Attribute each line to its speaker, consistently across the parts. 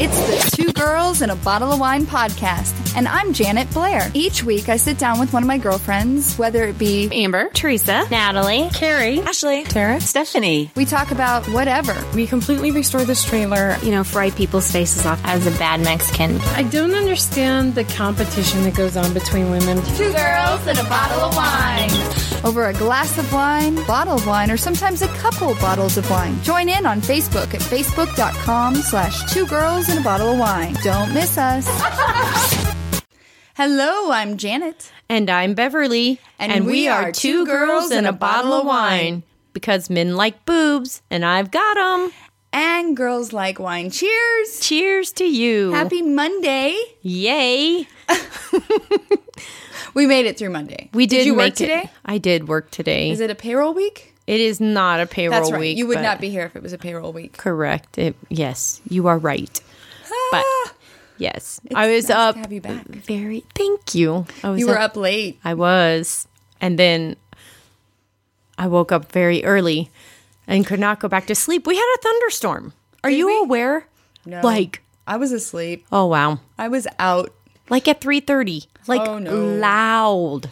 Speaker 1: It's the Two Girls and a Bottle of Wine podcast, and I'm Janet Blair. Each week, I sit down with one of my girlfriends, whether it be
Speaker 2: Amber,
Speaker 3: Teresa,
Speaker 2: Natalie,
Speaker 3: Carrie,
Speaker 2: Ashley,
Speaker 3: Tara, Stephanie.
Speaker 1: we talk about whatever.
Speaker 4: We completely restored this trailer.
Speaker 2: you know, fry people's faces off as a bad Mexican.
Speaker 4: I don't understand the competition that goes on between women.
Speaker 1: Two girls and a bottle of wine. Over a glass of wine, bottle of wine, or sometimes a couple bottles of wine. Join in on Facebook at facebook.com slash two girls and a bottle of wine. Don't miss us. Hello, I'm Janet.
Speaker 5: And I'm Beverly.
Speaker 1: And we are two girls and a bottle of wine.
Speaker 5: Because men like boobs, and I've got them.
Speaker 1: And girls like wine. Cheers.
Speaker 5: Cheers to you.
Speaker 1: Happy Monday.
Speaker 5: Yay.
Speaker 1: We made it through Monday.
Speaker 5: We did,
Speaker 1: you work
Speaker 5: make it-
Speaker 1: today?
Speaker 5: I did work today.
Speaker 1: Is it a payroll week?
Speaker 5: it is not a payroll
Speaker 1: That's right.
Speaker 5: week.
Speaker 1: you would
Speaker 5: but-
Speaker 1: not be here if it was a payroll week.
Speaker 5: Correct. It, yes, you are right. But yes, I was
Speaker 1: Ah, nice to
Speaker 5: up.
Speaker 1: have you back.
Speaker 5: Very. Thank you. I was
Speaker 1: You were up late.
Speaker 5: I was. And then I woke up very early and could not go back to sleep. We had a thunderstorm. Are you aware?
Speaker 1: No.
Speaker 5: Like,
Speaker 1: I was asleep.
Speaker 5: oh wow.
Speaker 1: I was out.
Speaker 5: Like at 3:30. Like
Speaker 1: Oh, no.
Speaker 5: loud.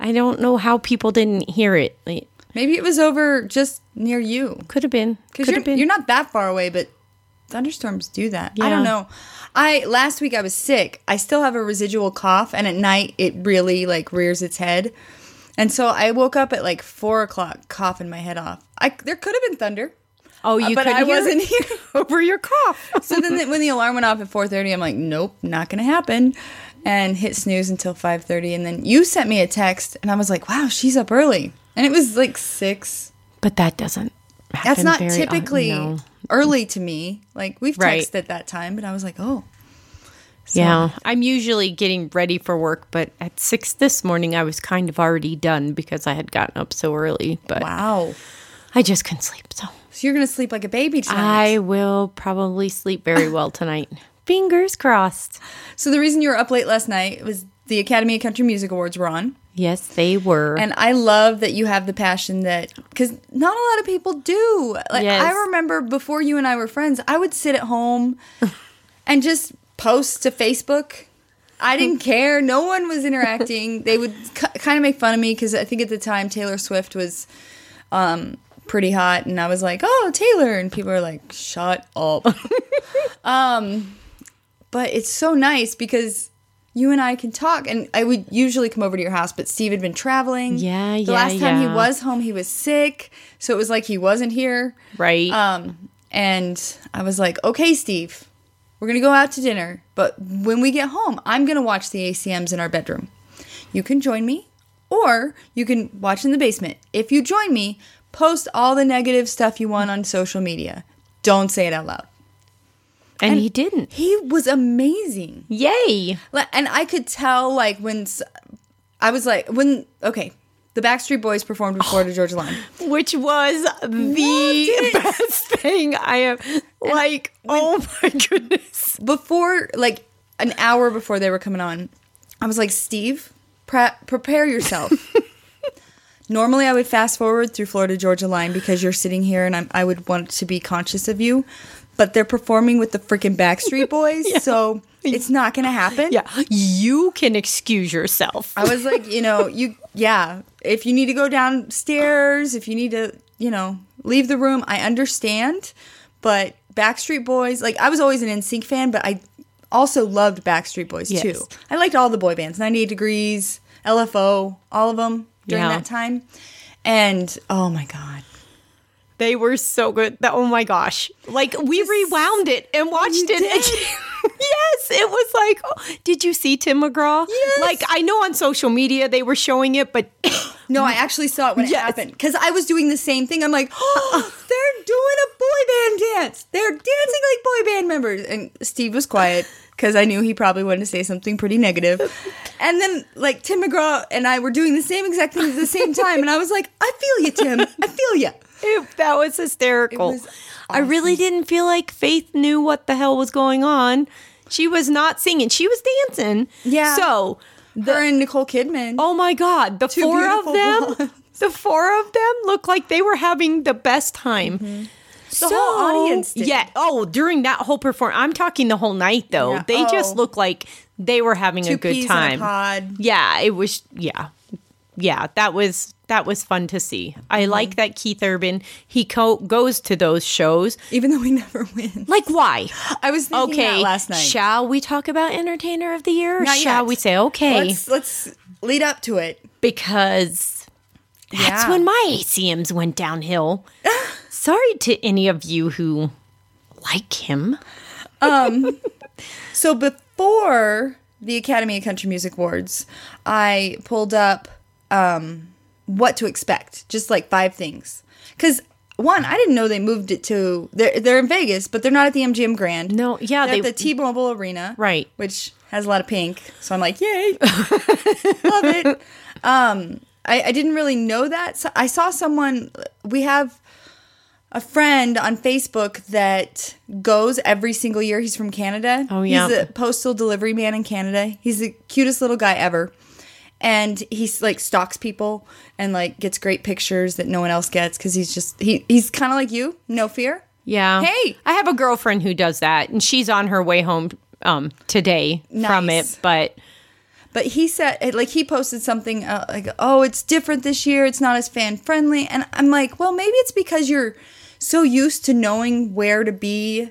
Speaker 5: I don't know how people didn't hear it. It
Speaker 1: Maybe it was over just near you.
Speaker 5: could have been. Could
Speaker 1: Because you're,
Speaker 5: have been.
Speaker 1: you're not that far away, but thunderstorms do that. I don't
Speaker 5: Yeah.
Speaker 1: know. I last week I was sick. I still have a residual cough, and at night it really like rears its head. And so I woke up at like four o'clock, coughing my head off. I there could have been thunder,
Speaker 5: oh, you
Speaker 1: but
Speaker 5: could
Speaker 1: I
Speaker 5: hear
Speaker 1: wasn't
Speaker 5: it
Speaker 1: here.
Speaker 5: over your cough.
Speaker 1: So then, the, when the alarm went off at four thirty, I'm like, nope, not gonna happen, and hit snooze until five thirty. And then you sent me a text, and I was like, wow, she's up early, and it was like six.
Speaker 5: but that doesn't happen
Speaker 1: That's not
Speaker 5: very often,
Speaker 1: typically
Speaker 5: no.
Speaker 1: early to me. Like we've
Speaker 5: Right.
Speaker 1: texted that time, but I was like, oh,
Speaker 5: Yeah, I'm usually getting ready for work, but at six this morning, I was kind of already done because I had gotten up so early. But
Speaker 1: wow.
Speaker 5: I just couldn't sleep, so
Speaker 1: So you're gonna sleep like a baby tonight.
Speaker 5: I will probably sleep very well tonight. Fingers crossed.
Speaker 1: so the reason you were up late last night was the Academy of Country Music Awards were on,
Speaker 5: Yes, they were.
Speaker 1: and I love that you have the passion that because not a lot of people do. Like
Speaker 5: Yes.
Speaker 1: I remember before you and I were friends, I would sit at home and just post to Facebook. I didn't care. No one was interacting. they would k- kind of make fun of me because I think at the time Taylor Swift was um, pretty hot, and I was like, "Oh, Taylor," and people are like, "Shut up." um, but it's so nice because you and I can talk, and I would usually come over to your house, but Steve had been traveling.
Speaker 5: Yeah,
Speaker 1: The
Speaker 5: yeah,
Speaker 1: last time he
Speaker 5: yeah.
Speaker 1: was home, he was sick, so it was like he wasn't here.
Speaker 5: Right.
Speaker 1: Um, and I was like, "Okay, Steve." We're gonna go out to dinner, but when we get home, I'm gonna watch the ACMs in our bedroom. You can join me, or you can watch in the basement. If you join me, post all the negative stuff you want on social media. Don't say it out loud.
Speaker 5: and, he didn't.
Speaker 1: He was amazing.
Speaker 5: Yay!
Speaker 1: Like, And I could tell, like, when s- I was like, when, okay, the Backstreet Boys performed with Florida Georgia Line.
Speaker 5: Which was the best thing I have. Like, oh my goodness.
Speaker 1: before like an hour before they were coming on, I was like, Steve, pre- prepare yourself. Normally, I would fast forward through Florida Georgia Line because you're sitting here, and I'm, I would want to be conscious of you. But they're performing with the freaking Backstreet Boys, so it's not going to happen.
Speaker 5: Yeah, you can excuse yourself.
Speaker 1: I was like, you know, you, yeah, if you need to go downstairs, if you need to, you know, leave the room, I understand. But Backstreet Boys, like, I was always an NSYNC fan, but I also loved Backstreet Boys
Speaker 5: Yes.
Speaker 1: too. I liked all the boy bands 98 Degrees, LFO, all of them during
Speaker 5: Yeah.
Speaker 1: that time. And oh my God.
Speaker 5: They were so good. That, oh my gosh. Like we rewound it and watched it.
Speaker 1: did?
Speaker 5: again. yes, it was like, oh, did you see Tim McGraw?
Speaker 1: Yes.
Speaker 5: Like I know on social media they were showing it, but
Speaker 1: No, I actually saw it when it
Speaker 5: Yes.
Speaker 1: happened because I was doing the same thing. I'm like, oh, they're doing a boy band dance. They're dancing like boy band members. And Steve was quiet because I knew he probably wanted to say something pretty negative. And then, like, Tim McGraw and I were doing the same exact thing at the same time. And I was like, I feel you, Tim. I feel you.
Speaker 5: it- that was hysterical.
Speaker 1: It was
Speaker 5: I really didn't feel like Faith knew what the hell was going on. She was not singing. She was dancing.
Speaker 1: Yeah.
Speaker 5: So
Speaker 1: Her and Nicole Kidman.
Speaker 5: Oh my God. The four
Speaker 1: beautiful
Speaker 5: of them, the four of them looked like they were having the best time.
Speaker 1: Mm-hmm. The whole audience did.
Speaker 5: Yeah. Oh, during that whole performance, I'm talking the whole night though.
Speaker 1: Yeah.
Speaker 5: They just
Speaker 1: Oh.
Speaker 5: look like they were having
Speaker 1: Two
Speaker 5: a good
Speaker 1: peas in a
Speaker 5: time.
Speaker 1: pod.
Speaker 5: Yeah, it was. Yeah, yeah. That was that was fun to see. I
Speaker 1: Mm-hmm.
Speaker 5: like that Keith Urban he co- goes to those shows.
Speaker 1: Even though we never win.
Speaker 5: Like why?
Speaker 1: I was thinking
Speaker 5: Okay,
Speaker 1: that last night.
Speaker 5: shall we talk about Entertainer of the Year? Or
Speaker 1: Not
Speaker 5: shall
Speaker 1: yet.
Speaker 5: we say okay?
Speaker 1: Let's let's lead up to it.
Speaker 5: because that's
Speaker 1: Yeah.
Speaker 5: when my ACMs went downhill. Sorry to any of you who like him.
Speaker 1: So before the Academy of Country Music Awards, I pulled up um, what to expect, just like five things. Because one, I didn't know they moved it to they're they're in Vegas, but they're not at the MGM Grand.
Speaker 5: No, yeah,
Speaker 1: they're
Speaker 5: they-
Speaker 1: at the T-Mobile Arena,
Speaker 5: Right.
Speaker 1: Which has a lot of pink, so I'm like, yay, love it. Um, I, I didn't really know that. So I saw someone. We have a friend on Facebook that goes every single year. He's from Canada.
Speaker 5: Oh, yeah.
Speaker 1: He's a postal delivery man in Canada. He's the cutest little guy ever. And he's like stalks people and like gets great pictures that no one else gets because he's just he he's kind of like you, no fear.
Speaker 5: Yeah.
Speaker 1: Hey!
Speaker 5: I have a girlfriend who does that, and she's on her way home um, today from
Speaker 1: Nice.
Speaker 5: it. But
Speaker 1: But he said eh, like he posted something uh, like oh it's different this year, it's not as fan friendly, and I'm like well maybe it's because you're so used to knowing where to be,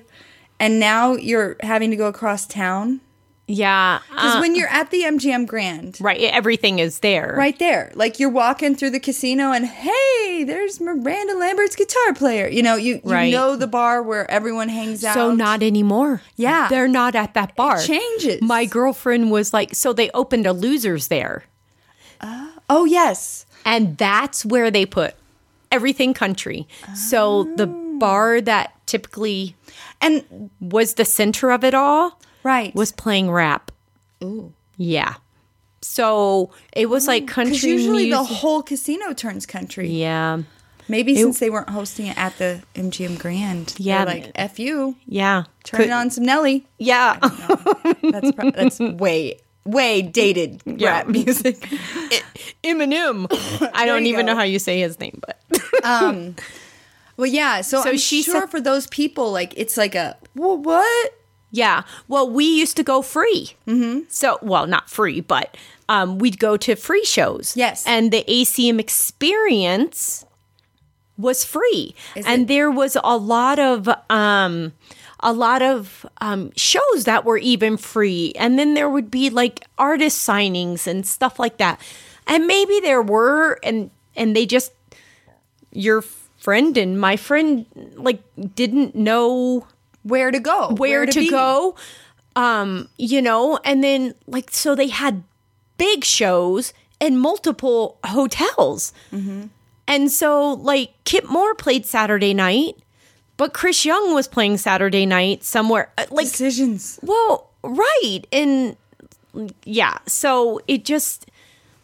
Speaker 1: and now you're having to go across town.
Speaker 5: yeah,
Speaker 1: Because
Speaker 5: uh,
Speaker 1: when you're at the MGM Grand,
Speaker 5: right, e-, everything is there.
Speaker 1: right there, like you're walking through the casino and hey, there's Miranda Lambert's guitar player. You know, you, you
Speaker 5: Right.
Speaker 1: know the bar where everyone hangs out.
Speaker 5: So not anymore.
Speaker 1: Yeah.
Speaker 5: they're not at that bar.
Speaker 1: changes.
Speaker 5: My girlfriend was like, so they opened a losers there,
Speaker 1: Oh, yes.
Speaker 5: and that's where they put everything country. So the
Speaker 1: Oh.
Speaker 5: bar that typically
Speaker 1: And
Speaker 5: was the center of it all
Speaker 1: right.
Speaker 5: was playing rap. Ooh, yeah. So it was like
Speaker 1: because
Speaker 5: country
Speaker 1: Oh, usually the
Speaker 5: music.
Speaker 1: whole casino turns country.
Speaker 5: yeah.
Speaker 1: Maybe since they weren't hosting it at the MGM Grand. they're
Speaker 5: Yeah.
Speaker 1: Like, F you.
Speaker 5: Yeah.
Speaker 1: Turn it on some Nelly.
Speaker 5: Yeah.
Speaker 1: That's, pro- that's way, way dated rap music.
Speaker 5: Eminem. I don't
Speaker 1: you
Speaker 5: even
Speaker 1: go.
Speaker 5: know how you say his name, but
Speaker 1: Well, yeah. So,
Speaker 5: So
Speaker 1: I'm
Speaker 5: she
Speaker 1: sure
Speaker 5: said-
Speaker 1: for those people, like, it's like a, well, what?
Speaker 5: yeah. Well, we used to go free. Mm-hmm. So, well, not free, but um, we'd go to free shows.
Speaker 1: Yes.
Speaker 5: And the ACM experience was free, and there was a lot of. Um, a lot of um, shows that were even free. And then there would be like artist signings and stuff like that. And maybe there were, and and they just your friend and my friend like didn't know
Speaker 1: where to go,
Speaker 5: where, to,
Speaker 1: be.
Speaker 5: go um you know and then like so they had big shows in multiple hotels Mm-hmm. and so like kip moore played saturday night but chris young was playing saturday night somewhere Uh, like
Speaker 1: Decisions.
Speaker 5: well right and yeah so it just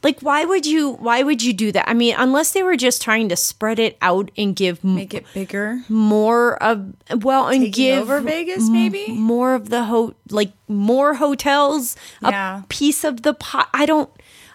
Speaker 5: like why would you why would you do that i mean unless they were just trying to spread it out and give m-
Speaker 1: Make it bigger.
Speaker 5: more of well and
Speaker 1: Taking
Speaker 5: give
Speaker 1: over Vegas, maybe?
Speaker 5: m- more of the ho like more hotels
Speaker 1: Yeah.
Speaker 5: a piece of the pot i don't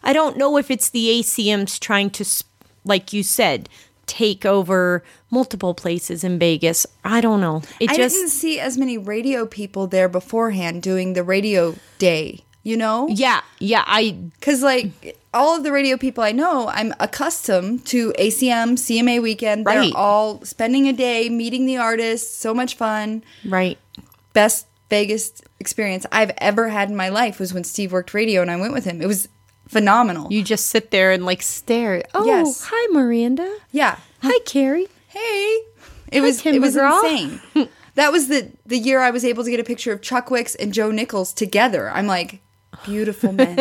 Speaker 5: i don't know if it's the acms trying to s- like you said take over multiple places in vegas i don't know it
Speaker 1: I
Speaker 5: just
Speaker 1: didn't see as many radio people there beforehand doing the radio day, you know?
Speaker 5: yeah yeah i
Speaker 1: Because, like, all of the radio people I know, I'm accustomed to ACM, CMA weekend. They're
Speaker 5: Right.
Speaker 1: all spending a day meeting the artists. So much fun.
Speaker 5: right
Speaker 1: Best Vegas experience I've ever had in my life was when Steve worked radio and I went with him. It was phenomenal.
Speaker 5: you just sit there and like stare oh
Speaker 1: Yes.
Speaker 5: hi miranda
Speaker 1: yeah.
Speaker 5: hi carrie
Speaker 1: hey it was
Speaker 5: Tim
Speaker 1: it was
Speaker 5: McGraw.
Speaker 1: insane that was the the year i was able to get a picture of chuck wicks and joe nichols together i'm like beautiful men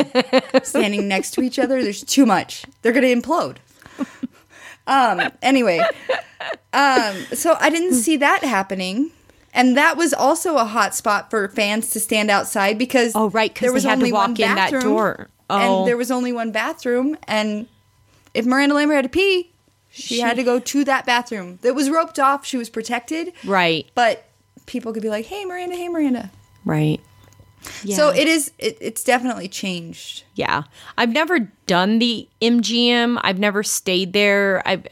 Speaker 1: standing next to each other there's too much they're gonna implode um anyway um so i didn't see that happening and that was also a hot spot for fans to stand outside because
Speaker 5: Oh, right, 'cause
Speaker 1: there
Speaker 5: they
Speaker 1: was
Speaker 5: had to
Speaker 1: only
Speaker 5: walk
Speaker 1: one
Speaker 5: in that
Speaker 1: bathroom,
Speaker 5: door. Oh.
Speaker 1: and there was only one bathroom and if Miranda Lambert had to pee, she, had to go to that bathroom that was roped off. She was protected.
Speaker 5: Right.
Speaker 1: But people could be like, hey, Miranda, hey, Miranda.
Speaker 5: right
Speaker 1: So it is, it, it's definitely changed.
Speaker 5: Yeah. I've never done the MGM. I've never stayed there. I've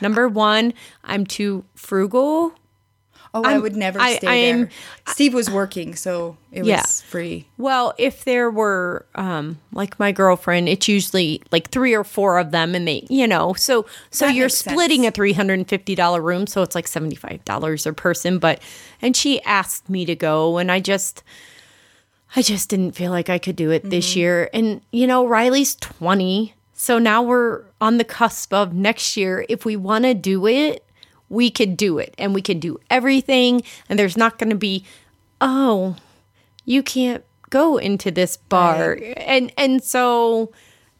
Speaker 5: number one, I'm too frugal
Speaker 1: Oh, i
Speaker 5: I'm-
Speaker 1: would never
Speaker 5: I-
Speaker 1: stay
Speaker 5: I'm-
Speaker 1: there. Steve was working, so it
Speaker 5: Yeah.
Speaker 1: was free.
Speaker 5: Well, if there were um like my girlfriend, it's usually like 3 or 4 of them and they, you know, so so
Speaker 1: That
Speaker 5: you're
Speaker 1: makes sense.
Speaker 5: splitting a $350 room, so it's like $75 a person, but and she asked me to go and I just I just didn't feel like I could do it this
Speaker 1: Mm-hmm.
Speaker 5: year. And you know, Riley's 20. So now we're on the cusp of next year if we want to do it, we could do it and we could do everything and there's not going to be oh, you can't go into this bar and and so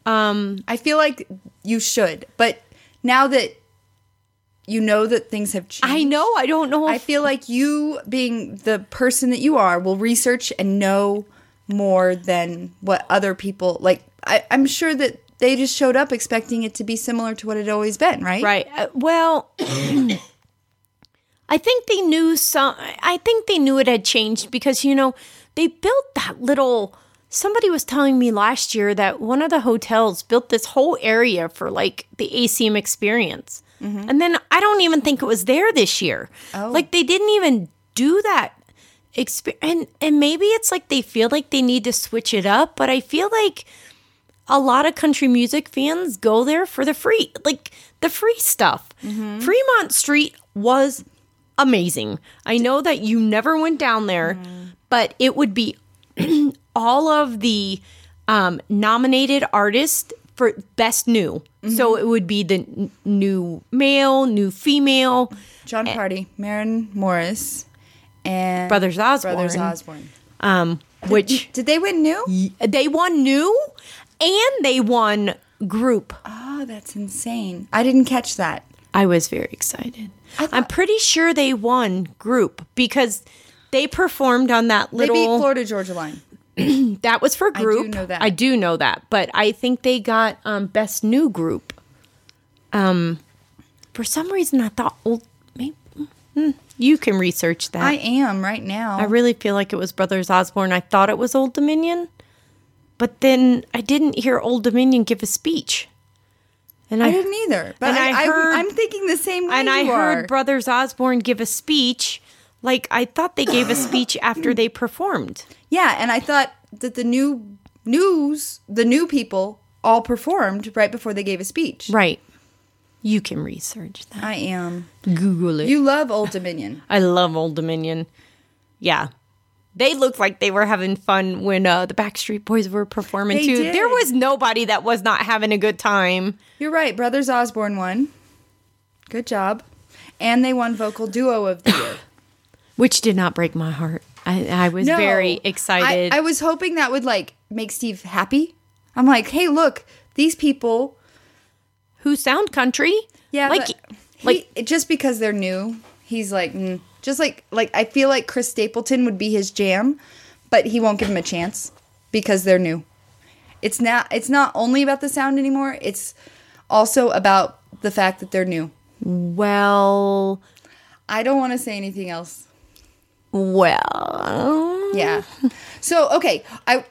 Speaker 1: I feel like you should, but now that you know that things have changed,
Speaker 5: i know i don't know
Speaker 1: I
Speaker 5: if
Speaker 1: feel like you, being the person that you are, will research and know more than what other people like. I, I'm sure that they just showed up expecting it to be similar to what it always been, right?
Speaker 5: right Uh, well i think they knew some i think they knew it had changed because you know they built that little somebody was telling me last year that one of the hotels built this whole area for like the acm experience and then i don't even think it was there this year like they didn't even do that exper- and and maybe it's like they feel like they need to switch it up but i feel like a lot of country music fans go there for the free like the free stuff fremont street was amazing i know that you never went down there but it would be all of the um, nominated artists for best new so it would be the n- new male new female
Speaker 1: John Party, Marin Morris, and
Speaker 5: Brothers Osborne.
Speaker 1: Brothers Osborne.
Speaker 5: um, which
Speaker 1: Did they win new?
Speaker 5: they won new and they won group
Speaker 1: Oh, that's insane. I didn't catch that.
Speaker 5: I was very excited.
Speaker 1: thought-
Speaker 5: I'm pretty sure they won group because they performed on that
Speaker 1: They
Speaker 5: little.
Speaker 1: beat Florida Georgia Line.
Speaker 5: That was for
Speaker 1: do
Speaker 5: group.
Speaker 1: know that.
Speaker 5: I do know that, but I think they got um, best new group. Um, for some reason, I thought old. Maybe, mm, you can research that.
Speaker 1: I am right now.
Speaker 5: I really feel like it was Brothers Osborne. I thought it was Old Dominion, but then I didn't hear Old Dominion give a speech. And
Speaker 1: I didn't either. But
Speaker 5: and
Speaker 1: I,
Speaker 5: I heard-
Speaker 1: I, am thinking the same way.
Speaker 5: and I
Speaker 1: you
Speaker 5: heard
Speaker 1: are.
Speaker 5: Brothers Osborne give a speech. Like I thought they gave a speech after they performed.
Speaker 1: yeah, and I thought that the new news, the new people, all performed right before they gave a speech.
Speaker 5: Right. You can research that.
Speaker 1: I am.
Speaker 5: Google it.
Speaker 1: You love Old Dominion.
Speaker 5: I love Old Dominion. Yeah. They looked like they were having fun when uh, the Backstreet Boys were performing
Speaker 1: They
Speaker 5: too.
Speaker 1: did.
Speaker 5: There was nobody that was not having a good time.
Speaker 1: You're right. Brothers Osborne won. Good job. And they won vocal duo of the year.
Speaker 5: Which did not break my heart. I, I was
Speaker 1: No.
Speaker 5: very
Speaker 1: I-
Speaker 5: excited.
Speaker 1: I, was hoping that would like make Steve happy. I'm like, hey, look, these people.
Speaker 5: Who sound country?
Speaker 1: Yeah,
Speaker 5: like
Speaker 1: but he,
Speaker 5: like
Speaker 1: just because they're new, he's like, mm. just like like I feel like Chris Stapleton would be his jam, but he won't give him a chance because they're new. It's not it's not only about the sound anymore. It's also about the fact that they're new.
Speaker 5: well,
Speaker 1: I don't want to say anything else.
Speaker 5: well,
Speaker 1: Yeah. So okay, I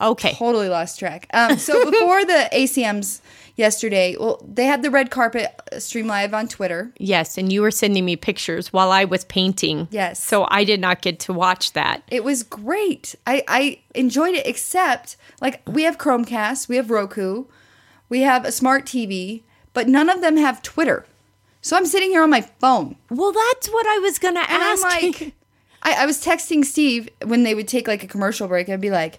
Speaker 5: okay.
Speaker 1: totally lost track. Um, so before the ACMs yesterday, well, they had the red carpet uh, stream live on Twitter.
Speaker 5: Yes, and you were sending me pictures while I was painting.
Speaker 1: Yes.
Speaker 5: So I did not get to watch that.
Speaker 1: It was great. I, I enjoyed it, except like we have Chromecast, we have Roku, we have a smart TV, but none of them have Twitter. So I'm sitting here on my phone.
Speaker 5: Well, that's what I was going to
Speaker 1: And
Speaker 5: ask.
Speaker 1: I'm like, I, I was texting Steve when they would take like a commercial break. I'd be like,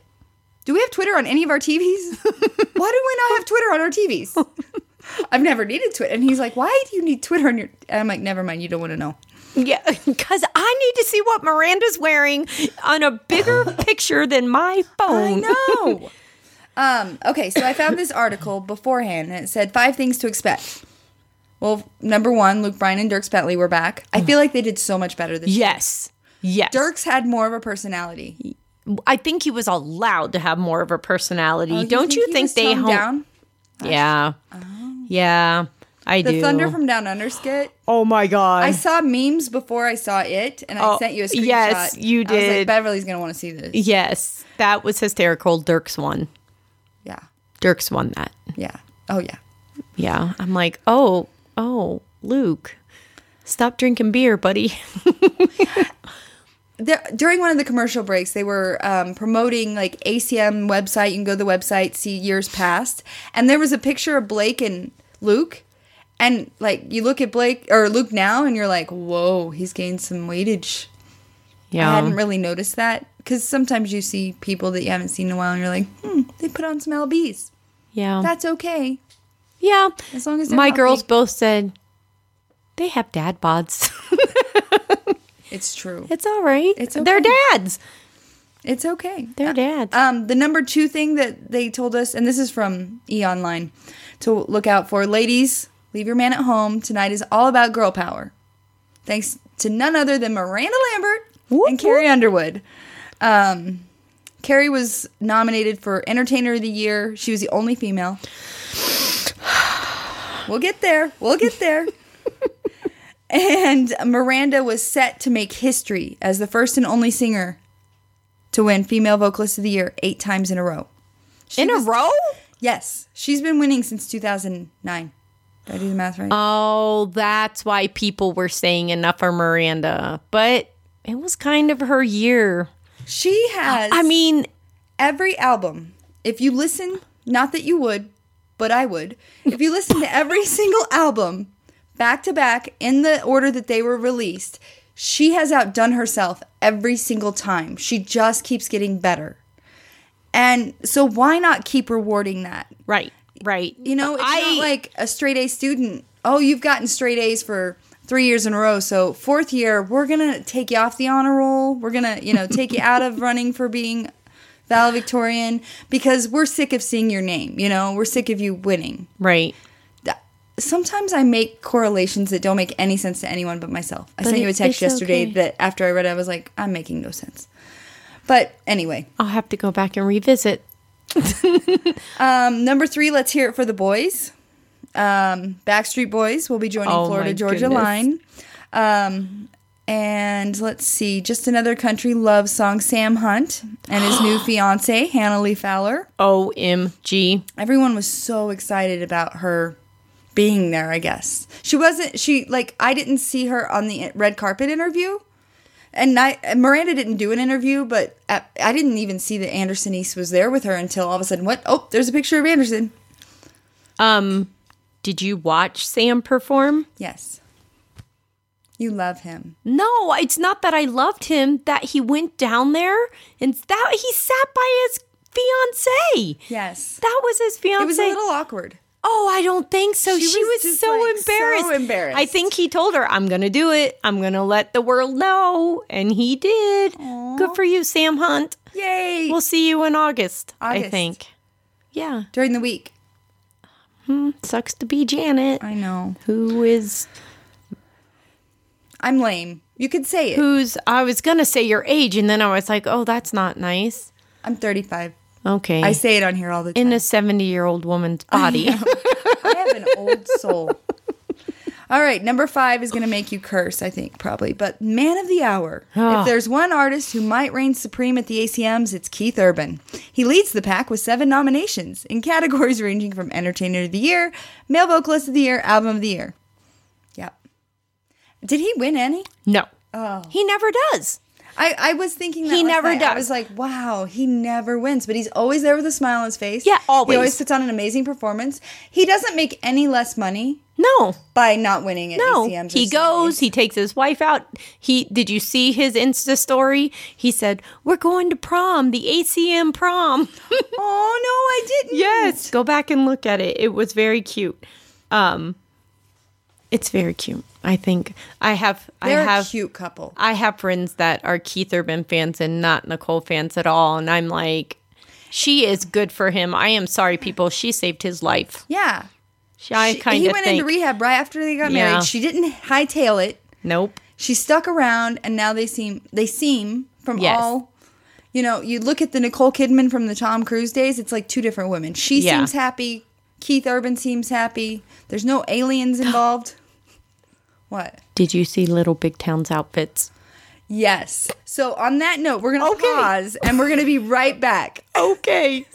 Speaker 1: Do we have Twitter on any of our TVs? Why do we not have Twitter on our TVs? I've never needed Twitter. And he's like, Why do you need Twitter on your. And I'm like, Never mind. You don't want to know.
Speaker 5: yeah, because I need to see what Miranda's wearing on a bigger picture than my phone.
Speaker 1: know. um, okay, so I found this article beforehand and it said five things to expect. Well, number one, Luke Bryan and Dirks Bentley were back. I
Speaker 5: Mm.
Speaker 1: feel like they did so much better this year.
Speaker 5: Yes. Yes.
Speaker 1: Dirks had more of a personality.
Speaker 5: I think he was allowed to have more of a personality.
Speaker 1: Oh,
Speaker 5: Don't you
Speaker 1: he
Speaker 5: think
Speaker 1: was
Speaker 5: they
Speaker 1: toned
Speaker 5: hone-
Speaker 1: down? Oh.
Speaker 5: Yeah. Yeah. I
Speaker 1: The
Speaker 5: do.
Speaker 1: Thunder from Down Under skit.
Speaker 5: Oh my god.
Speaker 1: I saw memes before I saw it, and I
Speaker 5: Oh,
Speaker 1: sent you a screenshot.
Speaker 5: yes, you
Speaker 1: I was like,
Speaker 5: did.
Speaker 1: Beverly's gonna want to see this.
Speaker 5: yes. That was hysterical. Dirks won.
Speaker 1: Yeah,
Speaker 5: Dirks won that.
Speaker 1: yeah. Oh yeah.
Speaker 5: Yeah. I'm like, oh, oh, Luke. Stop drinking beer, buddy.
Speaker 1: there, during one of the commercial breaks, they were um, promoting like ACM website. You can go to the website, see years past, and there was a picture of Blake and Luke, and like you look at Blake or Luke now, and you're like, whoa, he's gained some weightage. I hadn't really noticed that because sometimes you see people that you haven't seen in a while, and you're like, hmm, they put on some lbs.
Speaker 5: yeah.
Speaker 1: That's okay.
Speaker 5: yeah.
Speaker 1: As long as they're
Speaker 5: my
Speaker 1: healthy.
Speaker 5: girls both said they have dad bods.
Speaker 1: It's true.
Speaker 5: it's all right.
Speaker 1: It's
Speaker 5: They're
Speaker 1: okay.
Speaker 5: dads.
Speaker 1: It's okay.
Speaker 5: They're dads.
Speaker 1: Um, the number two thing that they told us, and this is from E Online, to look out for, ladies, leave your man at home. Tonight is all about girl power. Thanks to none other than Miranda Lambert
Speaker 5: Whoop,
Speaker 1: and Carrie Underwood. Um, Carrie was nominated for Entertainer of the Year. She was the only female. We'll get there. We'll get there. and Miranda was set to make history as the first and only singer to win Female Vocalist of the Year eight times in a row. She
Speaker 5: in a
Speaker 1: was-
Speaker 5: row?
Speaker 1: Yes. She's been winning since 2009. Did I do the math right?
Speaker 5: Oh, that's why people were saying enough for Miranda. But it was kind of her year.
Speaker 1: she has.
Speaker 5: I mean,
Speaker 1: every album, if you listen, not that you would, but I would, if you listen to every single album back to back in the order that they were released, she has outdone herself every single time. She just keeps getting better. And so why not keep rewarding that?
Speaker 5: right, right.
Speaker 1: You know, it's not like a straight A student. Oh, you've gotten straight A's for three years in a row. So fourth year, we're gonna take you off the honor roll. We're gonna, you know, take you out of running for being valedictorian because we're sick of seeing your name. You know, we're sick of you winning.
Speaker 5: right.
Speaker 1: That- Sometimes I make correlations that don't make any sense to anyone but myself. I sent you a
Speaker 5: it-
Speaker 1: text
Speaker 5: it's
Speaker 1: yesterday
Speaker 5: okay.
Speaker 1: that after I read it, I was like, I'm making no sense. But anyway,
Speaker 5: I'll have to go back and revisit.
Speaker 1: Um, number three, let's hear it for the boys. Um, Backstreet Boys will be joining
Speaker 5: Oh, my
Speaker 1: Florida Georgia
Speaker 5: goodness.
Speaker 1: Line. Um, and let's see, just another country love song, Sam Hunt and his new fiance, Hannah Lee Fowler.
Speaker 5: OMG.
Speaker 1: Everyone was so excited about her being there, I guess. She wasn't, she, like, I didn't see her on the red carpet interview. And I, and Miranda didn't do an interview, but I, I didn't even see that Anderson East was there with her until all of a sudden, what? Oh, there's a picture of Anderson.
Speaker 5: Um, did you watch Sam perform?
Speaker 1: Yes. You love him.
Speaker 5: No, it's not that I loved him. That he went down there and that he sat by his fiance.
Speaker 1: Yes.
Speaker 5: That was his fiance.
Speaker 1: It was a little awkward.
Speaker 5: oh, I don't think so.
Speaker 1: She
Speaker 5: She,
Speaker 1: was
Speaker 5: was,
Speaker 1: just,
Speaker 5: so
Speaker 1: like, so
Speaker 5: embarrassed.
Speaker 1: embarrassed.
Speaker 5: I think he told her, "I'm going to do it. I'm going to let the world know," and he did. Good for you, Sam Hunt.
Speaker 1: Yay.
Speaker 5: We'll see you in August. I
Speaker 1: August.
Speaker 5: think. Yeah,
Speaker 1: During the week.
Speaker 5: sucks to be Janet,
Speaker 1: I know.
Speaker 5: who is
Speaker 1: I'm lame. You could say it.
Speaker 5: who's I was gonna say your age, and then I was like, oh, that's not nice.
Speaker 1: I'm 35.
Speaker 5: Okay,
Speaker 1: I say it on here all the time.
Speaker 5: in a seventy-year-old woman's body.
Speaker 1: I have an old soul. All right, number five is going to make you curse, I think, probably. But man of the hour.
Speaker 5: Ah.
Speaker 1: If there's one artist who might reign supreme at the ACMs, it's Keith Urban. He leads the pack with seven nominations in categories ranging from Entertainer of the Year, Male Vocalist of the Year, Album of the Year. Yep. Did he win any?
Speaker 5: no,
Speaker 1: Oh.
Speaker 5: he never does.
Speaker 1: I, I was thinking that
Speaker 5: He
Speaker 1: last
Speaker 5: never
Speaker 1: night. I
Speaker 5: does.
Speaker 1: was like, wow, he never wins, but he's always there with a smile on his face.
Speaker 5: Yeah,
Speaker 1: He
Speaker 5: always.
Speaker 1: always puts on an amazing performance. He doesn't make any less money
Speaker 5: No,
Speaker 1: by not winning at
Speaker 5: no,
Speaker 1: ACMs. or
Speaker 5: he goes. He takes his wife out. He did you see his Insta story? He said, "We're going to prom, the ACM prom."
Speaker 1: something. Oh no, I didn't.
Speaker 5: yes, go back and look at it. It was very cute. Um, it's very cute. I think I have.
Speaker 1: they're
Speaker 5: I have
Speaker 1: a cute couple.
Speaker 5: I have friends that are Keith Urban fans and not Nicole fans at all. And I'm like, she is good for him. I am sorry, people. She saved his life.
Speaker 1: Yeah,
Speaker 5: She, I
Speaker 1: She-
Speaker 5: kind
Speaker 1: he
Speaker 5: of
Speaker 1: went
Speaker 5: think.
Speaker 1: into rehab right after they got
Speaker 5: Yeah.
Speaker 1: married. She didn't hightail it.
Speaker 5: nope.
Speaker 1: She stuck around, and now they seem they seem from
Speaker 5: Yes.
Speaker 1: all. You know, you look at the Nicole Kidman from the Tom Cruise days. It's like two different women. She
Speaker 5: Yeah.
Speaker 1: seems happy. Keith Urban seems happy. There's no aliens involved. what?
Speaker 5: Did you see Little Big Town's outfits?
Speaker 1: Yes. So on that note, we're gonna
Speaker 5: Okay.
Speaker 1: pause, and we're gonna be right back.
Speaker 5: Okay.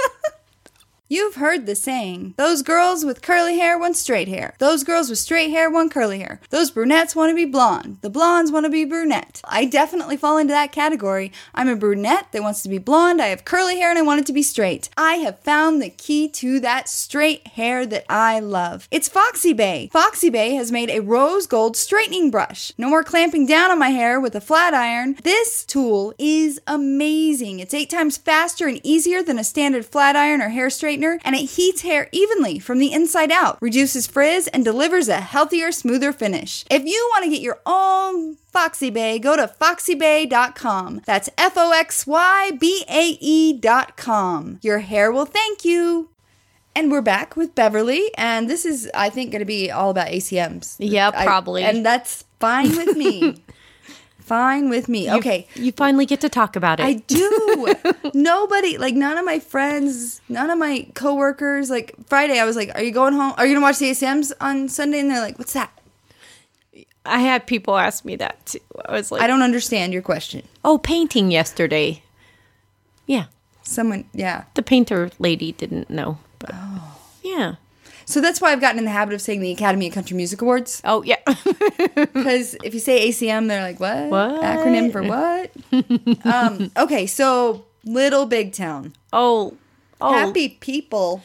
Speaker 1: You've heard the saying those girls with curly hair want straight hair. Those girls with straight hair want curly hair. Those brunettes want to be blonde. The blondes want to be brunette. I definitely fall into that category. I'm a brunette that wants to be blonde. I have curly hair and I want it to be straight. I have found the key to that straight hair that I love. It's Foxy Bay. Foxy Bay has made a rose gold straightening brush. No more clamping down on my hair with a flat iron. This tool is amazing. It's eight times faster and easier than a standard flat iron or hair straightener, and it heats hair evenly from the inside out, reduces frizz, and delivers a healthier, smoother finish. If you want to get your own Foxy Bay, go to foxybay.com. That's F O X Y B A E.com. Your hair will thank you. And we're back with Beverly, and this is, I think, going to be all about ACMs.
Speaker 5: Yeah,
Speaker 1: I-
Speaker 5: probably.
Speaker 1: and that's fine with me. fine with me. Okay.
Speaker 5: You finally get to talk about it.
Speaker 1: I do. Nobody, like none of my friends, none of my coworkers. Like Friday, I was like, "Are you going home? Are you gonna watch the ACMs on Sunday?" And they're like, "What's that?
Speaker 5: I had people ask me that too. I was like,
Speaker 1: I don't understand your question."
Speaker 5: oh, painting yesterday. Yeah.
Speaker 1: Someone, yeah.
Speaker 5: The painter lady didn't know. But
Speaker 1: Oh.
Speaker 5: Yeah.
Speaker 1: So that's why I've gotten in the habit of saying the Academy of Country Music Awards
Speaker 5: Oh, yeah.
Speaker 1: because if you say ACM, they're like, "What?
Speaker 5: Mm. What?
Speaker 1: acronym for what?" um, okay, so Little Big Town,
Speaker 5: oh, oh.
Speaker 1: happy people.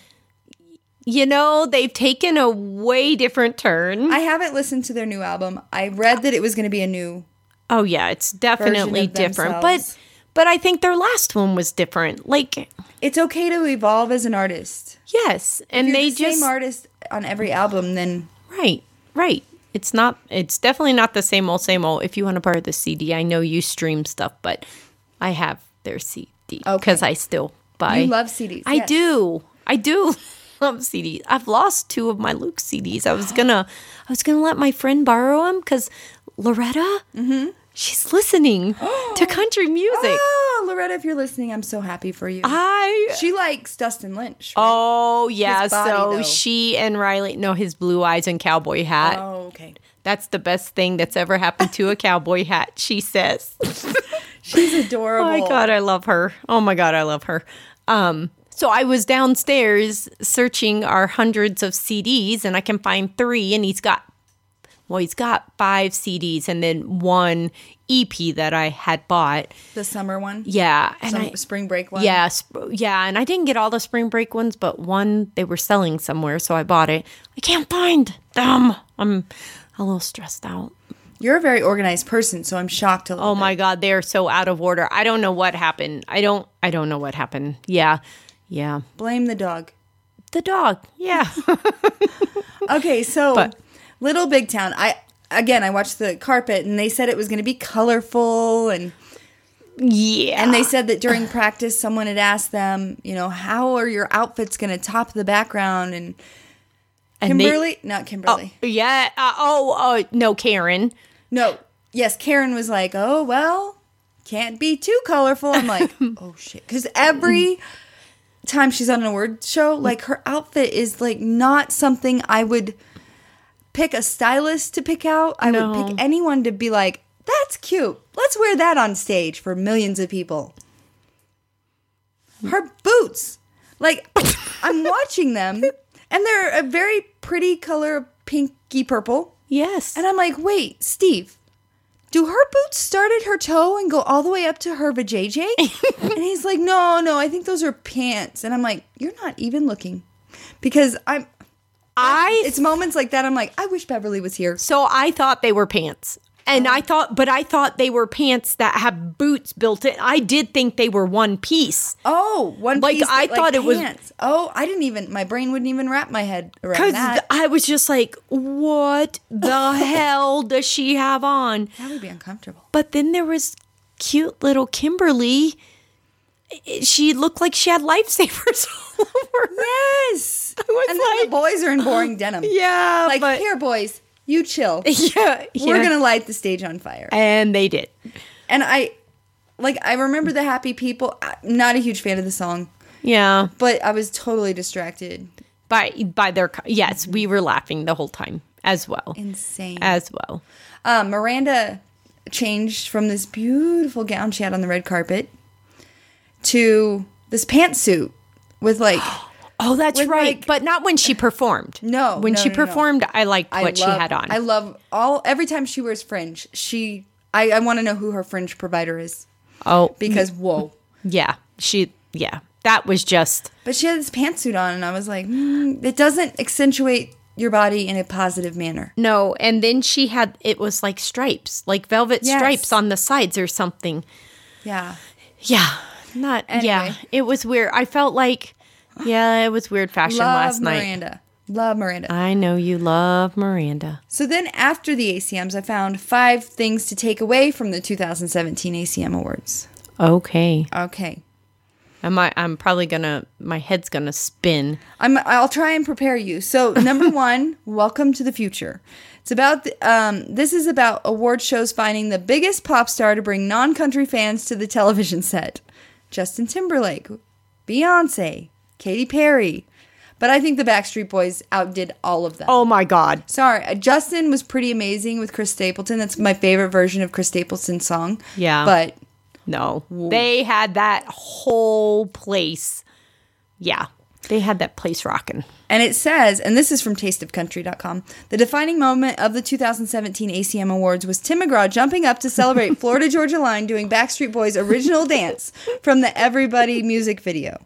Speaker 5: You know, they've taken a way different turn.
Speaker 1: I haven't listened to their new album. I read that it was going to be a new
Speaker 5: oh, yeah. It's definitely
Speaker 1: of
Speaker 5: different.
Speaker 1: themselves.
Speaker 5: But. But I think their last one was different. Like,
Speaker 1: it's okay to evolve as an artist.
Speaker 5: yes,
Speaker 1: If
Speaker 5: and
Speaker 1: you're
Speaker 5: they
Speaker 1: the
Speaker 5: just
Speaker 1: same artist on every album. Then
Speaker 5: Right, right. It's not. It's definitely not the same old, same old. If you want to borrow the CD, I know you stream stuff, but I have their CD because I still buy.
Speaker 1: You love CDs,
Speaker 5: I
Speaker 1: yes.
Speaker 5: do. I do love CDs. I've lost two of my Luke CDs. I was gonna, I was gonna let my friend borrow them because Loretta,
Speaker 1: Mm-hmm.
Speaker 5: she's listening to country music.
Speaker 1: oh, Loretta, if you're listening, I'm so happy for you.
Speaker 5: I
Speaker 1: she likes Dustin Lynch. right?
Speaker 5: Ah. oh yeah.
Speaker 1: body,
Speaker 5: so
Speaker 1: though.
Speaker 5: she and Riley, no, his blue eyes and cowboy hat.
Speaker 1: Oh, okay.
Speaker 5: That's the best thing that's ever happened to a cowboy hat, she says.
Speaker 1: She's adorable.
Speaker 5: Oh my god, I love her. Oh my god, I love her. Um so I was downstairs searching our hundreds of CDs and I can find 3 and he's got well, he's got 5 CDs and then one EP that I had bought.
Speaker 1: the summer one.
Speaker 5: Yeah, and
Speaker 1: Some
Speaker 5: I,
Speaker 1: spring break one.
Speaker 5: yeah, sp- yeah, and I didn't get all the spring break ones, but one they were selling somewhere, so I bought it. I can't find them. I'm a little stressed out.
Speaker 1: you're a very organized person, so I'm shocked. A little
Speaker 5: Oh my god, they are so out of order. I don't know what happened. I don't I don't know what happened. Yeah. Yeah.
Speaker 1: blame the dog.
Speaker 5: The dog. Yeah.
Speaker 1: Okay, so
Speaker 5: But-
Speaker 1: Little Big Town. I again, I watched the carpet, and they said it was going to be colorful, and
Speaker 5: yeah.
Speaker 1: and they said that during practice, someone had asked them, you know, how are your outfits going to top the background? And
Speaker 5: And they-
Speaker 1: Kimberly, not Kimberly.
Speaker 5: yeah. Uh, oh, oh, no, Karen.
Speaker 1: No, yes, Karen was like, oh well, can't be too colorful. I'm like, oh shit, because every time she's on an award show, like her outfit is like not something I would pick a stylist to pick out. I
Speaker 5: No.
Speaker 1: would pick anyone to be like, that's cute. Let's wear that on stage for millions of people. Her boots, like I'm watching them, and they're a very pretty color, pinky purple.
Speaker 5: Yes.
Speaker 1: And I'm like, wait, Steve, do her boots start at her toe and go all the way up to her vajayjay? and he's like, no, no, I think those are pants. And I'm like, you're not even looking, because I'm.
Speaker 5: I
Speaker 1: It's moments like that I'm like, I wish Beverly was here.
Speaker 5: so I thought they were pants. And I thought but I thought they were pants that have boots built in. I did think they were one piece.
Speaker 1: Oh, one
Speaker 5: Like,
Speaker 1: piece.
Speaker 5: I thought it was-
Speaker 1: pants. Oh, I didn't even. My brain wouldn't even wrap my head around
Speaker 5: Because
Speaker 1: that.
Speaker 5: I was just like, what the hell does she have on?
Speaker 1: that would be uncomfortable.
Speaker 5: But then there was cute little Kimberly. I- She looked like she had lifesavers all over. her.
Speaker 1: Yes.
Speaker 5: I was
Speaker 1: and then the
Speaker 5: like-
Speaker 1: boys are in boring denim.
Speaker 5: Yeah,
Speaker 1: Like
Speaker 5: but-
Speaker 1: here, boys, you chill.
Speaker 5: Yeah,
Speaker 1: We're
Speaker 5: yeah.
Speaker 1: gonna light the stage on fire.
Speaker 5: and they did.
Speaker 1: And I, like, I remember the happy people. I'm not a huge fan of the song,
Speaker 5: Yeah,
Speaker 1: but I was totally distracted.
Speaker 5: by by their co- yes, we were laughing the whole time as well,
Speaker 1: Insane.
Speaker 5: as well.
Speaker 1: Uh, Miranda changed from this beautiful gown she had on the red carpet to this pantsuit with like
Speaker 5: Oh, that's
Speaker 1: With,
Speaker 5: right.
Speaker 1: like-
Speaker 5: but not when she performed.
Speaker 1: No,
Speaker 5: When
Speaker 1: no,
Speaker 5: she
Speaker 1: no, no.
Speaker 5: performed, I liked
Speaker 1: I
Speaker 5: what she
Speaker 1: love-
Speaker 5: had on.
Speaker 1: I love all every time she wears fringe. She, I, I want to know who her fringe provider is
Speaker 5: oh,
Speaker 1: because whoa.
Speaker 5: yeah. She, yeah. That was just,
Speaker 1: But she had this pantsuit on, and I was like, mm, it doesn't accentuate your body in a positive manner.
Speaker 5: no. And then she had, it was like stripes, like velvet
Speaker 1: Yes.
Speaker 5: stripes on the sides or something.
Speaker 1: Yeah.
Speaker 5: Yeah. Not, yeah.
Speaker 1: Anyway.
Speaker 5: It was weird. I felt like, yeah, it was weird fashion
Speaker 1: Love
Speaker 5: last night.
Speaker 1: Miranda. Love Miranda.
Speaker 5: I know you love Miranda.
Speaker 1: So then after the ACMs, I found five things to take away from the 2017 ACM Awards.
Speaker 5: Okay.
Speaker 1: Okay.
Speaker 5: Am I, I'm probably going to, my head's going to spin.
Speaker 1: I'm, I'll try and prepare you. So, number one, welcome to the future. It's about, the, um, this is about award shows finding the biggest pop star to bring non country fans to the television set. Justin Timberlake, Beyonce, Katy Perry. But I think the Backstreet Boys outdid all of them.
Speaker 5: Oh my God.
Speaker 1: Sorry, uh, Justin was pretty amazing with Chris Stapleton. That's my favorite version of Chris Stapleton's song.
Speaker 5: Yeah.
Speaker 1: But
Speaker 5: No. They had that whole place. Yeah. They had that place rocking.
Speaker 1: And it says, and this is from tasteofcountry.com, the defining moment of the 2017 ACM Awards was Tim McGraw jumping up to celebrate Florida Georgia Line doing Backstreet Boys' original dance from the Everybody music video.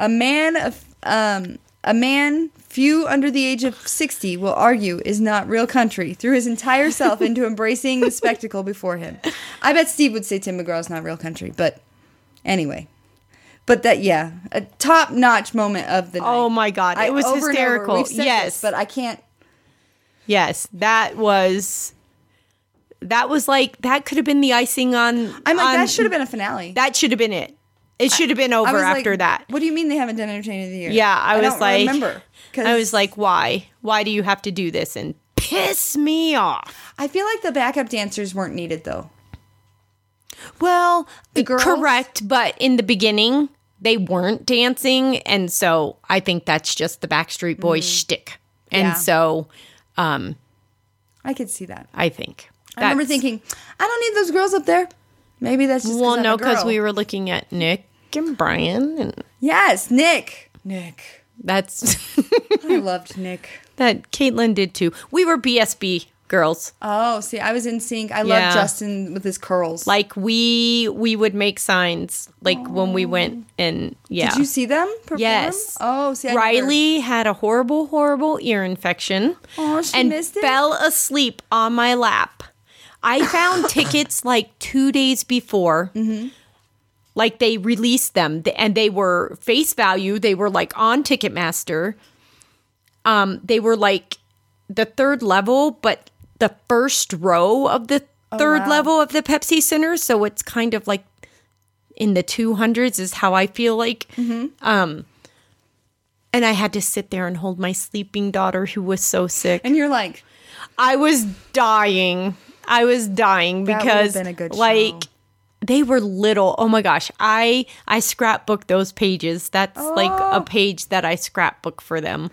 Speaker 1: A man of um, a man few under the age of 60 will argue is not real country threw his entire self into embracing the spectacle before him. I bet Steve would say Tim McGraw's not real country, but anyway. But that yeah, a top notch moment of the night.
Speaker 5: Oh my God.
Speaker 1: I-
Speaker 5: It was
Speaker 1: over and over,
Speaker 5: hysterical.
Speaker 1: we've said
Speaker 5: Yes.
Speaker 1: this, but I can't.
Speaker 5: Yes. That was that was like that could have been the icing on
Speaker 1: I'm like
Speaker 5: on-
Speaker 1: that should have been a finale.
Speaker 5: Um, that should have been it. It should have been
Speaker 1: I
Speaker 5: over
Speaker 1: was like,
Speaker 5: after that.
Speaker 1: What do you mean they haven't done entertainment of the year?
Speaker 5: Yeah, I, was
Speaker 1: don't
Speaker 5: like
Speaker 1: remember. 'cause
Speaker 5: I was like, why? Why do you have to do this and piss me off?
Speaker 1: I feel like the backup dancers weren't needed though.
Speaker 5: Well,
Speaker 1: girls?
Speaker 5: correct, but in the beginning they weren't dancing, and so I think that's just the Backstreet Boys shtick. And
Speaker 1: Mm. Yeah.
Speaker 5: so um,
Speaker 1: I could see that.
Speaker 5: I think
Speaker 1: I remember
Speaker 5: that's-
Speaker 1: thinking, I don't need those girls up there. Maybe that's just
Speaker 5: Well,
Speaker 1: i
Speaker 5: no, because we were looking at Nick and Brian, and
Speaker 1: yes, Nick, Nick.
Speaker 5: that's
Speaker 1: I loved Nick.
Speaker 5: that Caitlin did too. We were BSB girls.
Speaker 1: Oh, see, I was in sync. I
Speaker 5: Yeah.
Speaker 1: love Justin with his curls.
Speaker 5: Like we we would make signs like when we went and yeah.
Speaker 1: Oh. Did you see them perform?
Speaker 5: Yes.
Speaker 1: Oh, see, I never-
Speaker 5: Riley had a horrible, horrible ear infection.
Speaker 1: Aw, Oh, she
Speaker 5: and
Speaker 1: missed it?
Speaker 5: fell asleep on my lap. I found tickets like two days before.
Speaker 1: Mm-hmm.
Speaker 5: Like they released them, th- and they were face value. They were like on Ticketmaster. Um, they were like the third level, but the first row of the
Speaker 1: Oh,
Speaker 5: third level of the Pepsi Center. So it's kind of like in the 200s is how I feel like. Um,
Speaker 1: Mm-hmm.
Speaker 5: and I had to sit there and hold my sleeping daughter who was so sick.
Speaker 1: And you're like,
Speaker 5: I was dying. I was dying
Speaker 1: That would have
Speaker 5: because
Speaker 1: been a good
Speaker 5: like
Speaker 1: show.
Speaker 5: they were little. Oh my gosh. I I scrapbook those pages. That's like
Speaker 1: Oh.
Speaker 5: a page that I scrapbook for them.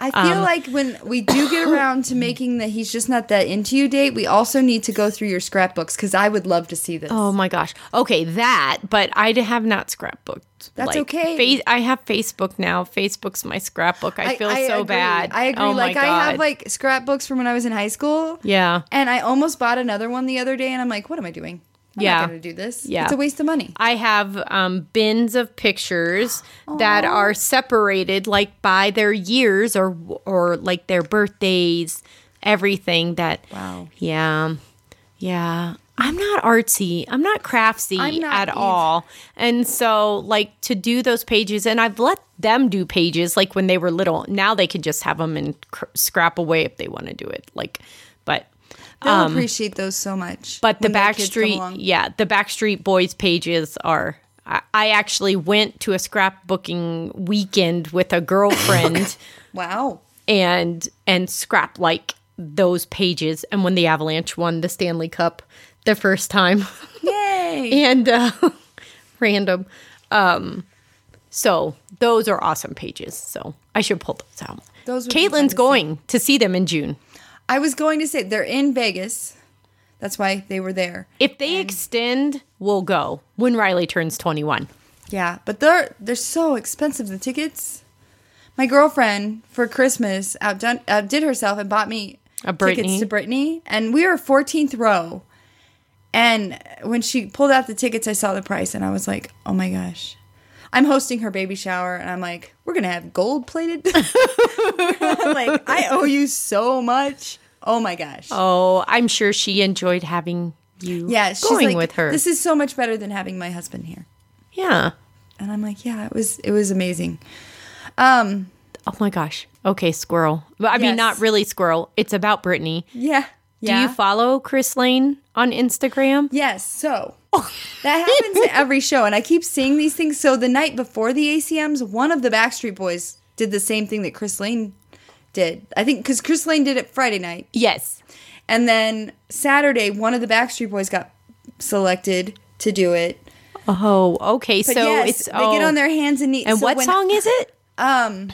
Speaker 1: I feel
Speaker 5: Um,
Speaker 1: like when we do get around to making the he's just not that into you date, we also need to go through your scrapbooks because I would love to see this.
Speaker 5: Oh my gosh. Okay, that, but I d- have not scrapbooked.
Speaker 1: That's okay.
Speaker 5: Fa- I have Facebook now. Facebook's my scrapbook. I, feel so
Speaker 1: agree.
Speaker 5: bad.
Speaker 1: I agree.
Speaker 5: Oh
Speaker 1: like
Speaker 5: my
Speaker 1: I
Speaker 5: God.
Speaker 1: have like scrapbooks from when I was in high school.
Speaker 5: Yeah.
Speaker 1: And I almost bought another one the other day, and I'm like, what am I doing? I'm
Speaker 5: Yeah.
Speaker 1: not gonna do this.
Speaker 5: Yeah.
Speaker 1: it's a waste of money.
Speaker 5: I have um, bins of pictures that are separated like by their years or or like their birthdays, everything that.
Speaker 1: Wow.
Speaker 5: Yeah, yeah. I'm not artsy. I'm not craftsy
Speaker 1: I'm not
Speaker 5: at
Speaker 1: either.
Speaker 5: all. And so, like to do those pages, and I've let them do pages like when they were little. Now they can just have them and cr- scrap away if they want to do it. Like, but
Speaker 1: They'll appreciate those so much.
Speaker 5: Um, but the
Speaker 1: when their kids come
Speaker 5: Backstreet,
Speaker 1: along.
Speaker 5: yeah, the Backstreet Boys pages are. I, I actually went to a scrapbooking weekend with a girlfriend
Speaker 1: Wow.
Speaker 5: and and scrap like those pages. And when the Avalanche won the Stanley Cup the first time,
Speaker 1: Yay.
Speaker 5: and uh, random, um, so those are awesome pages. So I should pull those out.
Speaker 1: Those would be fun to
Speaker 5: Caitlin's
Speaker 1: see.
Speaker 5: going to see them in June.
Speaker 1: I was going to say they're in Vegas. That's why they were there.
Speaker 5: If they extend, we'll go when Riley turns twenty one.
Speaker 1: Yeah, but they're they're so expensive the tickets. my girlfriend for Christmas outdone outdid herself and bought me
Speaker 5: A Britney.
Speaker 1: tickets to Britney, and we were 14th row. And when she pulled out the tickets, I saw the price, and I was like, "Oh my gosh." I'm hosting her baby shower, and I'm like, we're gonna have gold plated. I'm like, I owe you so much. Oh my gosh.
Speaker 5: Oh, I'm sure she enjoyed having you
Speaker 1: yeah, she's
Speaker 5: going
Speaker 1: like,
Speaker 5: with her.
Speaker 1: This is so much better than having my husband here.
Speaker 5: yeah.
Speaker 1: And I'm like, yeah, it was it was amazing. Um,
Speaker 5: Oh my gosh. Okay, squirrel. Well, I mean,
Speaker 1: Yes.
Speaker 5: not really squirrel. It's about Brittany.
Speaker 1: yeah.
Speaker 5: Do you follow Chris Lane on Instagram?
Speaker 1: Yes. So
Speaker 5: Oh.
Speaker 1: that happens at every show, and I keep seeing these things. So the night before the ACMs, one of the Backstreet Boys did the same thing that Chris Lane did. I think because Chris Lane did it Friday night,
Speaker 5: Yes.
Speaker 1: and then Saturday, one of the Backstreet Boys got selected to do it.
Speaker 5: Oh, okay.
Speaker 1: But
Speaker 5: so
Speaker 1: yes,
Speaker 5: it's
Speaker 1: they
Speaker 5: oh.
Speaker 1: get on their hands and knees.
Speaker 5: And
Speaker 1: So
Speaker 5: what
Speaker 1: when-
Speaker 5: song is it?
Speaker 1: Um.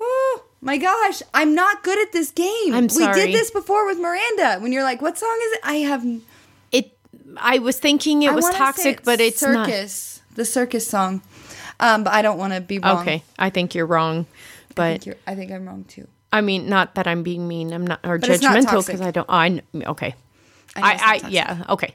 Speaker 1: Oh my gosh, I'm not good at this game.
Speaker 5: I'm
Speaker 1: We
Speaker 5: sorry.
Speaker 1: did this before with Miranda. When you're like, "What song is it?" I have. It
Speaker 5: It. I was thinking it
Speaker 1: I
Speaker 5: was
Speaker 1: wanna say
Speaker 5: toxic, but it's
Speaker 1: circus. The circus song. Um, but I don't want to be
Speaker 5: not.
Speaker 1: wrong.
Speaker 5: Okay, I think you're wrong,
Speaker 1: I
Speaker 5: but
Speaker 1: think, you're, I think I'm wrong too.
Speaker 5: I mean, not that I'm being mean. I'm not or
Speaker 1: But it's not
Speaker 5: judgmental
Speaker 1: toxic.
Speaker 5: because I don't. I kn- okay.
Speaker 1: know
Speaker 5: I,
Speaker 1: it's not
Speaker 5: I,
Speaker 1: toxic.
Speaker 5: yeah. Okay.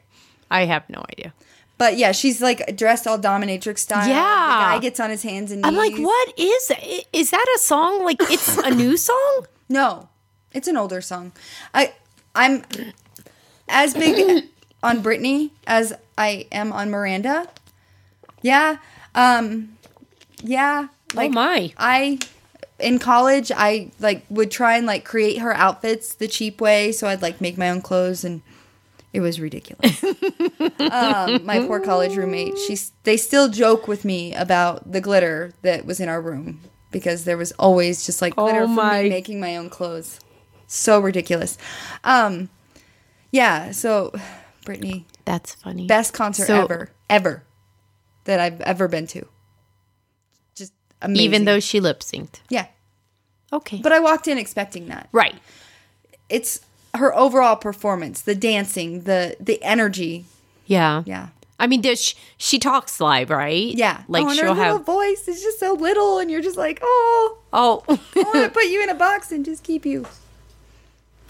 Speaker 5: I have no idea.
Speaker 1: But yeah, she's like dressed all dominatrix style.
Speaker 5: Yeah.
Speaker 1: the guy gets on his hands and knees.
Speaker 5: I'm like, what is? i- Is that a song? Like, it's a new song?
Speaker 1: No, it's an older song. I I'm as big on Britney as I am on Miranda. Yeah. Um yeah, like
Speaker 5: my.
Speaker 1: I in college I like would try and like create her outfits the cheap way, so I'd like make my own clothes and it was ridiculous. um, my poor college roommate, she's they still joke with me about the glitter that was in our room because there was always just like glitter from
Speaker 5: my.
Speaker 1: me making my own clothes. So ridiculous. Um, yeah, so Brittany,
Speaker 5: That's funny.
Speaker 1: best concert
Speaker 5: So-
Speaker 1: ever, ever that I've ever been to. Just amazing.
Speaker 5: Even though she lip synced.
Speaker 1: yeah,
Speaker 5: Okay.
Speaker 1: but I walked in expecting that.
Speaker 5: right.
Speaker 1: It's her overall performance, the dancing, the the energy.
Speaker 5: Yeah.
Speaker 1: Yeah.
Speaker 5: I mean, does she, she talks live, right?
Speaker 1: Yeah.
Speaker 5: Like
Speaker 1: oh, and
Speaker 5: she'll
Speaker 1: her little
Speaker 5: have.
Speaker 1: voice is just so little and you're just like, "Oh,
Speaker 5: oh.
Speaker 1: I want to put you in a box and just keep you."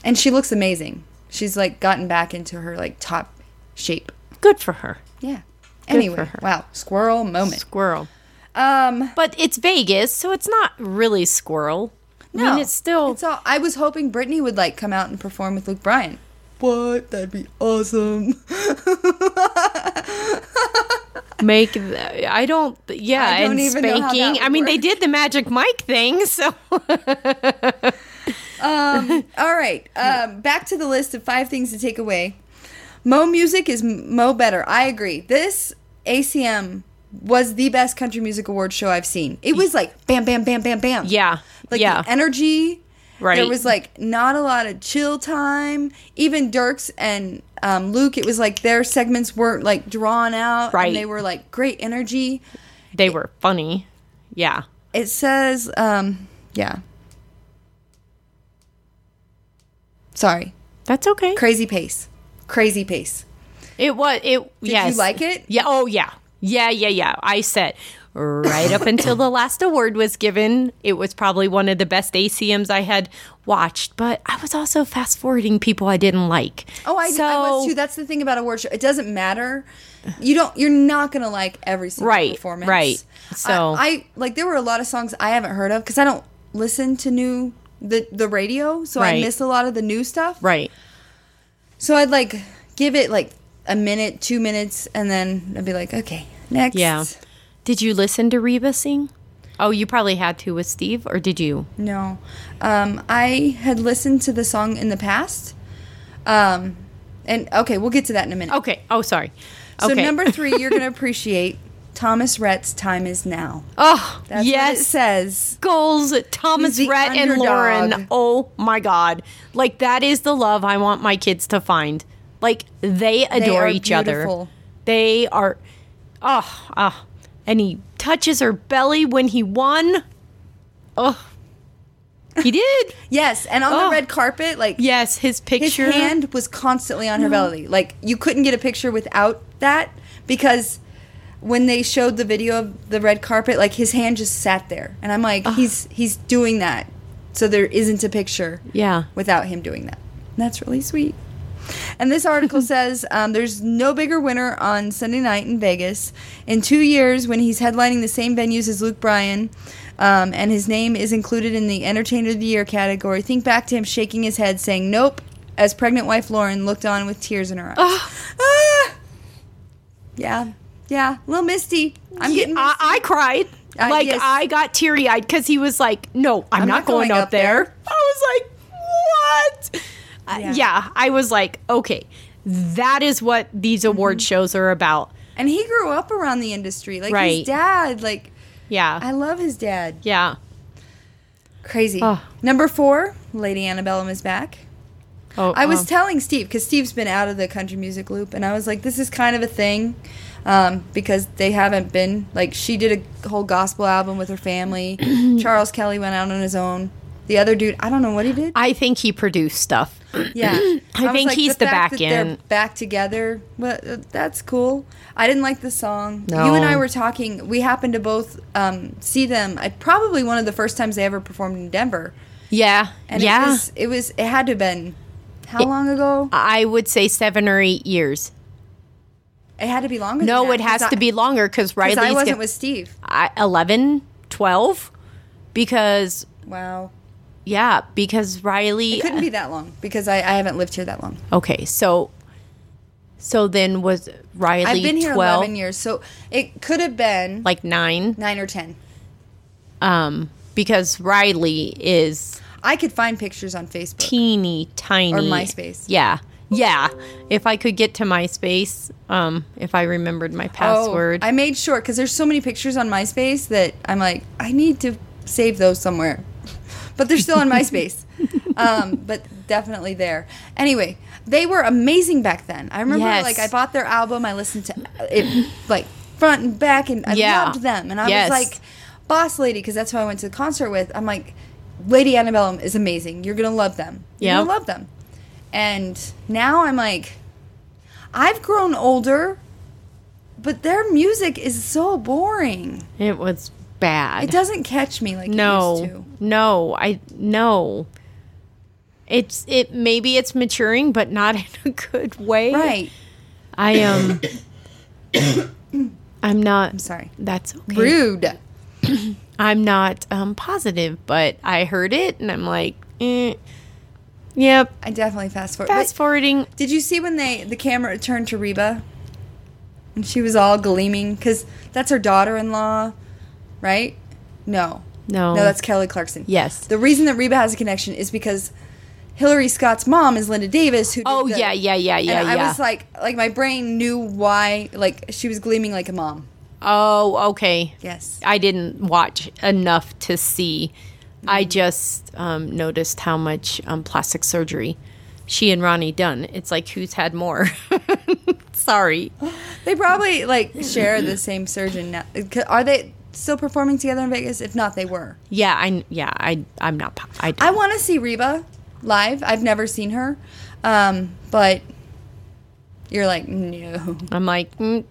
Speaker 1: And she looks amazing. She's like gotten back into her like top shape.
Speaker 5: Good for her.
Speaker 1: Yeah.
Speaker 5: for
Speaker 1: Anyway,
Speaker 5: her.
Speaker 1: wow, squirrel moment.
Speaker 5: Squirrel.
Speaker 1: Um,
Speaker 5: But it's Vegas, so it's not really squirrel. I mean, it's still.
Speaker 1: It's all, I was hoping Britney would like come out and perform with Luke Bryan. What? That'd be awesome.
Speaker 5: make th- i don't yeah
Speaker 1: I don't
Speaker 5: and
Speaker 1: even know how that
Speaker 5: spanking i
Speaker 1: would
Speaker 5: mean they
Speaker 1: work.
Speaker 5: did the magic mike thing so
Speaker 1: Um, all right. Um, back to the list of five things to take away. Mo music is m- Mo better. I agree. This ACM was the best country music award show I've seen. It was like bam, bam, bam, bam, bam.
Speaker 5: Yeah.
Speaker 1: Like
Speaker 5: Yeah.
Speaker 1: the e- energy.
Speaker 5: Right.
Speaker 1: There was like not a lot of chill time. Even Dirks and um, Luke, it was like their segments weren't like drawn out.
Speaker 5: Right.
Speaker 1: And they were like great energy.
Speaker 5: they were funny yeah
Speaker 1: It says, um, yeah. Sorry.
Speaker 5: that's okay
Speaker 1: Crazy pace. Crazy pace.
Speaker 5: it was it
Speaker 1: Did
Speaker 5: yes
Speaker 1: you like it?
Speaker 5: yeah oh yeah yeah yeah yeah i said right up until the last award was given it was probably one of the best acms i had watched but i was also fast forwarding people i didn't like
Speaker 1: Oh, I, I was too. That's the thing about award show. It doesn't matter. You don't. You're not gonna like every single
Speaker 5: Right,
Speaker 1: performance.
Speaker 5: right.
Speaker 1: I-
Speaker 5: So-
Speaker 1: I, like there were a lot of songs I haven't heard of because I don't listen to new the the radio, so I
Speaker 5: Right.
Speaker 1: miss a lot of the new stuff.
Speaker 5: right
Speaker 1: So I'd like give it like a minute, two minutes, and then I'd be like, okay, next.
Speaker 5: yeah did you listen to reba sing oh you probably had to with steve or did you
Speaker 1: No, um, I had listened to the song in the past. Um, and okay, we'll get to that in a minute.
Speaker 5: okay oh sorry
Speaker 1: So
Speaker 5: okay.
Speaker 1: number three, you're going to appreciate Thomas Rhett's "Time Is Now."
Speaker 5: Oh,
Speaker 1: That's
Speaker 5: yes.
Speaker 1: what it says.
Speaker 5: Goals, Thomas
Speaker 1: He's the
Speaker 5: Rhett and
Speaker 1: underdog.
Speaker 5: Lauren. Oh my God. Like, that is the love I want my kids to find. Like, they adore
Speaker 1: are
Speaker 5: each
Speaker 1: beautiful.
Speaker 5: other. They are, oh, oh. And he touches her belly when he won. Oh, he did.
Speaker 1: Yes, and on
Speaker 5: Oh.
Speaker 1: the red carpet, like
Speaker 5: yes, his
Speaker 1: his
Speaker 5: picture.
Speaker 1: hand was constantly on her belly. Like you couldn't get a picture without that because when they showed the video of the red carpet, like his hand just sat there, and I'm like, he's he's doing that, so there isn't a picture.
Speaker 5: Yeah.
Speaker 1: Without him doing that, and that's really sweet. And this article says um, there's no bigger winner on Sunday night in Vegas. In two years, when he's headlining the same venues as Luke Bryan, um, and his name is included in the Entertainer of the Year category, think back to him shaking his head, saying "Nope," as pregnant wife Lauren looked on with tears in her eyes. Ah! Yeah, yeah, a little misty. I'm getting
Speaker 5: I,
Speaker 1: misty.
Speaker 5: I cried.
Speaker 1: Uh,
Speaker 5: like
Speaker 1: yes.
Speaker 5: I got teary eyed because he was like, "No, I'm, not, going, up there. I was like, "What?" Uh,
Speaker 1: Yeah.
Speaker 5: Yeah. I was like, "Okay, that is what these
Speaker 1: Mm-hmm.
Speaker 5: award shows are about."
Speaker 1: and he grew up around the industry, like his
Speaker 5: Right.
Speaker 1: dad. Like
Speaker 5: Yeah,
Speaker 1: I love his dad.
Speaker 5: yeah.
Speaker 1: Crazy.
Speaker 5: Oh.
Speaker 1: Number four, Lady Antebellum is back.
Speaker 5: Oh,
Speaker 1: I was
Speaker 5: um,
Speaker 1: telling Steve because Steve's been out of the country music loop, and I was like, this is kind of a thing um, because they haven't been like she did a whole gospel album with her family. Charles Kelly went out on his own. The other dude, I don't know what he did.
Speaker 5: I think he produced stuff.
Speaker 1: Yeah,
Speaker 5: I
Speaker 1: was
Speaker 5: think he's the
Speaker 1: fact
Speaker 5: back
Speaker 1: that they're
Speaker 5: end.
Speaker 1: back together. Well, uh, that's cool. I didn't like the song.
Speaker 5: No.
Speaker 1: You and I were talking. We happened to both um, see them. I probably one of the first times they ever performed in Denver.
Speaker 5: Yeah,
Speaker 1: And
Speaker 5: yeah.
Speaker 1: it was, it was. It had to have been how long ago?
Speaker 5: I would say seven or eight years.
Speaker 1: It had to be longer. than
Speaker 5: No,
Speaker 1: that,
Speaker 5: it has
Speaker 1: 'cause I-
Speaker 5: to be longer because Riley's
Speaker 1: Because I wasn't
Speaker 5: get-
Speaker 1: with Steve.
Speaker 5: I, 11, 12, because
Speaker 1: Wow.
Speaker 5: yeah, because Riley
Speaker 1: It couldn't be that long because I, I haven't lived here that long.
Speaker 5: Okay, so so then was Riley
Speaker 1: I've been here
Speaker 5: 12
Speaker 1: 11 years. So it could have been
Speaker 5: like 9
Speaker 1: 9 or 10.
Speaker 5: um because Riley is
Speaker 1: I could find pictures on Facebook.
Speaker 5: teeny tiny
Speaker 1: MySpace.
Speaker 5: Yeah. Yeah. If I could get to MySpace, um if I remembered my password.
Speaker 1: Oh, I made sure because there's so many pictures on MySpace that I'm like, I need to save those somewhere. But they're still on MySpace. um, but definitely there. Anyway, they were amazing back then. I remember
Speaker 5: Yes.
Speaker 1: like I bought their album. I listened to it like front and back, and I
Speaker 5: Yeah.
Speaker 1: loved them. And I
Speaker 5: Yes.
Speaker 1: was like, Boss Lady, because that's who I went to the concert with. I'm like, Lady Antebellum is amazing. You're gonna love them. You're
Speaker 5: Yep.
Speaker 1: gonna love them. And now I'm like, I've grown older but their music is so boring.
Speaker 5: it was bad.
Speaker 1: It doesn't catch me like it used
Speaker 5: no.
Speaker 1: to.
Speaker 5: No, I no. It's it maybe it's maturing but not in a good way.
Speaker 1: Right.
Speaker 5: I am um, I'm not
Speaker 1: Sorry.
Speaker 5: That's okay.
Speaker 1: Rude.
Speaker 5: I'm not um, positive, but I heard it and I'm like, eh. yep.
Speaker 1: I definitely fast forward.
Speaker 5: Fast
Speaker 1: Wait,
Speaker 5: forwarding.
Speaker 1: did you see when they the camera turned to Reba and she was all gleaming because that's her daughter-in-law, right? No.
Speaker 5: No.
Speaker 1: No, that's Kelly Clarkson.
Speaker 5: Yes.
Speaker 1: The reason that Reba has a connection is because Hillary Scott's mom is Linda Davis. Who? did
Speaker 5: Oh,
Speaker 1: the-
Speaker 5: yeah, yeah, yeah, yeah,
Speaker 1: And I
Speaker 5: yeah.
Speaker 1: was like, like my brain knew why, like she was gleaming like a mom.
Speaker 5: oh, okay.
Speaker 1: Yes.
Speaker 5: I didn't watch enough to see. I
Speaker 1: Mm-hmm.
Speaker 5: just um, noticed how much um, plastic surgery she and Ronnie done. It's like who's had more. Sorry.
Speaker 1: They probably like share the same surgeon now. C- Are they still performing together in Vegas? If not, they were.
Speaker 5: Yeah, I yeah I I'm not. po- I,
Speaker 1: I want to see Reba live. I've never seen her, um, but you're like no.
Speaker 5: I'm like, mm,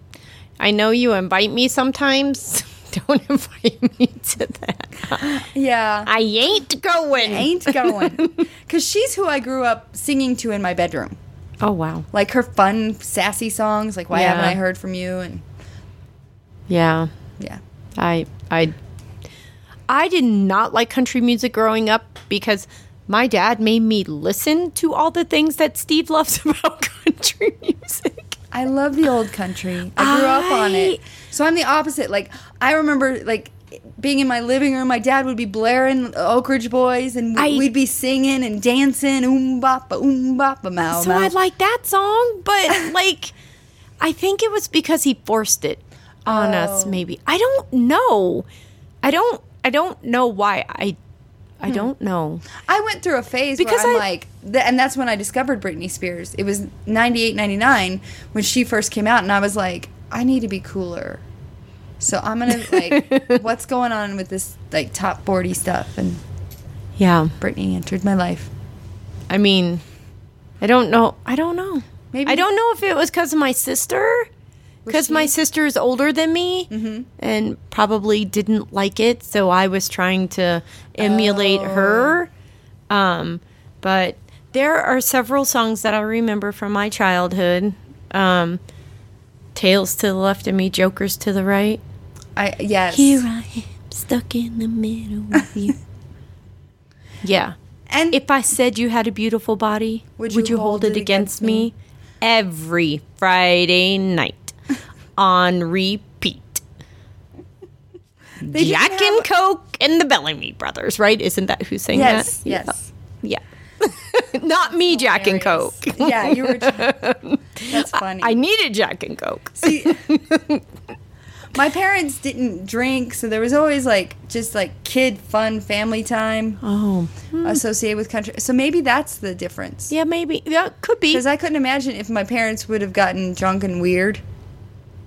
Speaker 5: I know you invite me sometimes. Don't invite me to that.
Speaker 1: Yeah,
Speaker 5: I ain't going.
Speaker 1: ain't going. Cause she's who I grew up singing to in my bedroom.
Speaker 5: Oh wow.
Speaker 1: Like her fun, sassy songs. Like why
Speaker 5: Yeah.
Speaker 1: haven't I heard from you? And
Speaker 5: Yeah.
Speaker 1: yeah,
Speaker 5: I I I did not like country music growing up because my dad made me listen to all the things that Steve loves about country music.
Speaker 1: I love the old country. I grew up on it. So I'm the opposite. Like I remember like being in my living room, my dad would be blaring Oak Ridge Boys and we-
Speaker 5: I-
Speaker 1: we'd be singing and dancing oom bop oom bop mow.
Speaker 5: So I like that song, but like I think it was because he forced it on us maybe. I don't know. I don't I don't know why I I don't know.
Speaker 1: I went through a phase
Speaker 5: Because
Speaker 1: where I'm
Speaker 5: I-
Speaker 1: like th- and that's when I discovered Britney Spears. It was 98 99 when she first came out and I was like I need to be cooler. So I'm going to like what's going on with this like top 40 stuff and
Speaker 5: Yeah.
Speaker 1: Britney entered my life.
Speaker 5: I mean, I don't know. I don't know.
Speaker 1: Maybe-
Speaker 5: Maybe I don't know if it was Mm-hmm. because of my sister
Speaker 1: Was
Speaker 5: because
Speaker 1: she-
Speaker 5: my sister is older than me and probably didn't like it so i was trying to emulate her um, but there are several songs that i remember from my childhood um, tails to the left of me jokers to the right
Speaker 1: I yes.
Speaker 5: here i am stuck in the middle with you yeah
Speaker 1: and
Speaker 5: if i said you had a beautiful body would you, hold, it against me? every friday night on repeat
Speaker 1: they didn't
Speaker 5: Jack
Speaker 1: have-
Speaker 5: and Coke and the Bellamy brothers, right? Isn't that who sang
Speaker 1: yes,
Speaker 5: that?
Speaker 1: yes,
Speaker 5: Yeah. Yeah. Not me, Jack and Coke.
Speaker 1: yeah. You were. That's funny.
Speaker 5: I needed Jack and Coke.
Speaker 1: See, my parents didn't drink, so there was always like just like kid fun family time
Speaker 5: Oh.
Speaker 1: associated with country. So maybe that's the difference.
Speaker 5: Yeah, maybe. Yeah, could be.
Speaker 1: Because I couldn't imagine if my parents would have gotten drunk and weird.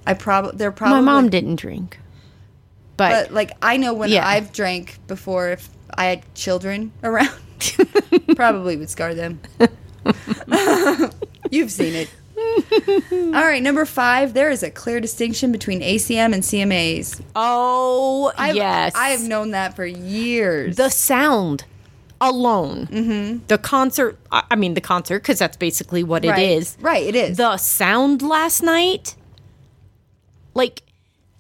Speaker 1: I probably they're probably
Speaker 5: My mom didn't drink. But,
Speaker 1: But like I know when
Speaker 5: Yeah.
Speaker 1: I've drank before, if I had children around, probably would scar them. You've seen it. All right, number five. There is a clear distinction between ACM and CMAs.
Speaker 5: oh,
Speaker 1: I've,
Speaker 5: yes.
Speaker 1: I have known that for years.
Speaker 5: the sound alone. Mm-hmm. The concert, I I mean, the concert, because that's basically what
Speaker 1: right.
Speaker 5: it is.
Speaker 1: Right, it is.
Speaker 5: the sound last night like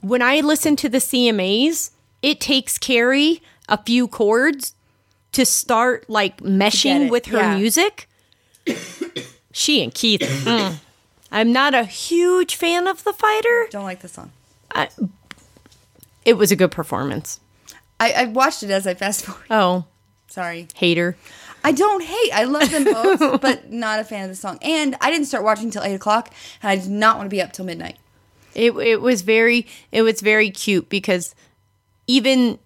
Speaker 5: when i listen to the cmas it takes carrie a few chords to start like meshing
Speaker 1: it,
Speaker 5: with her
Speaker 1: yeah.
Speaker 5: music she and keith mm. i'm not a huge fan of the fighter
Speaker 1: Don't like the song.
Speaker 5: it was a good performance
Speaker 1: I, I watched it as I fast forward.
Speaker 5: oh
Speaker 1: Sorry.
Speaker 5: hater
Speaker 1: I don't hate. I love them both, but not a fan of the song. And I didn't start watching till eight o'clock, and I did not want to be up till midnight.
Speaker 5: It it was very it was very cute because even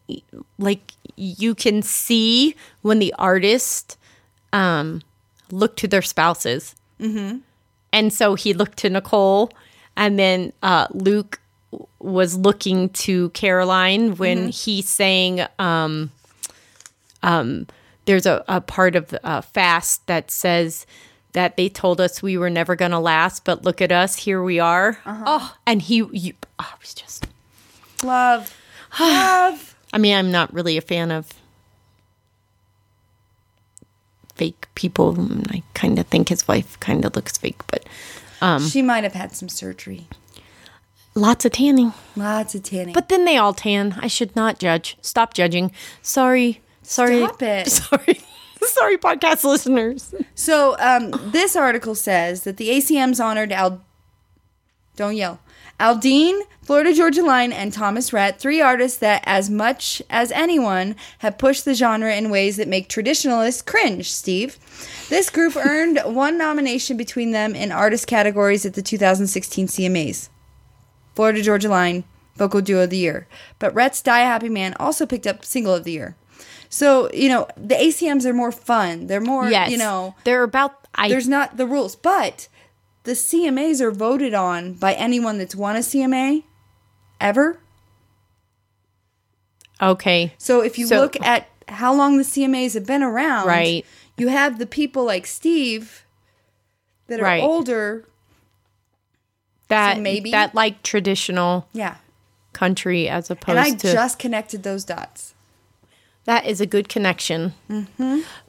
Speaker 5: like you can see when the artist um looked to their spouses, mm-hmm. and so he looked to Nicole, and then uh, Luke w- was looking to Caroline when he sang. Um, um, there's a, a part of uh, Fast that says that they told us we were never going to last, but look at us, here we are. Oh, and he, you, oh, I was just,
Speaker 1: Love, love.
Speaker 5: I mean, I'm not really a fan of fake people. and I kind of think his wife kind of looks fake, but
Speaker 1: She might have had some surgery.
Speaker 5: lots of tanning.
Speaker 1: Lots of tanning.
Speaker 5: But then they all tan. I should not judge. Stop judging. Sorry. Sorry.
Speaker 1: Stop it.
Speaker 5: Sorry. Sorry, podcast listeners.
Speaker 1: so um, this article says that the ACM's honored Al. Don't yell. Aldine, Florida Georgia Line, and Thomas Rhett, three artists that, as much as anyone, have pushed the genre in ways that make traditionalists cringe, Steve. This group earned one nomination between them in artist categories at the 2016 CMAs. Florida Georgia Line, Vocal Duo of the Year. But Rhett's Die Happy Man also picked up Single of the Year. So, you know, the ACMs are more fun. They're more,
Speaker 5: Yes.
Speaker 1: you know,
Speaker 5: they're about, I
Speaker 1: there's not the rules. But the CMAs are voted on by anyone that's won a CMA ever.
Speaker 5: Okay.
Speaker 1: So if you
Speaker 5: So- oh.
Speaker 1: look at how long the CMAs have been around,
Speaker 5: Right.
Speaker 1: you have the people like Steve that are
Speaker 5: Right.
Speaker 1: older.
Speaker 5: That
Speaker 1: so maybe-
Speaker 5: that like traditional
Speaker 1: Yeah.
Speaker 5: country as opposed
Speaker 1: And I
Speaker 5: to
Speaker 1: just connected those dots.
Speaker 5: that is a good connection.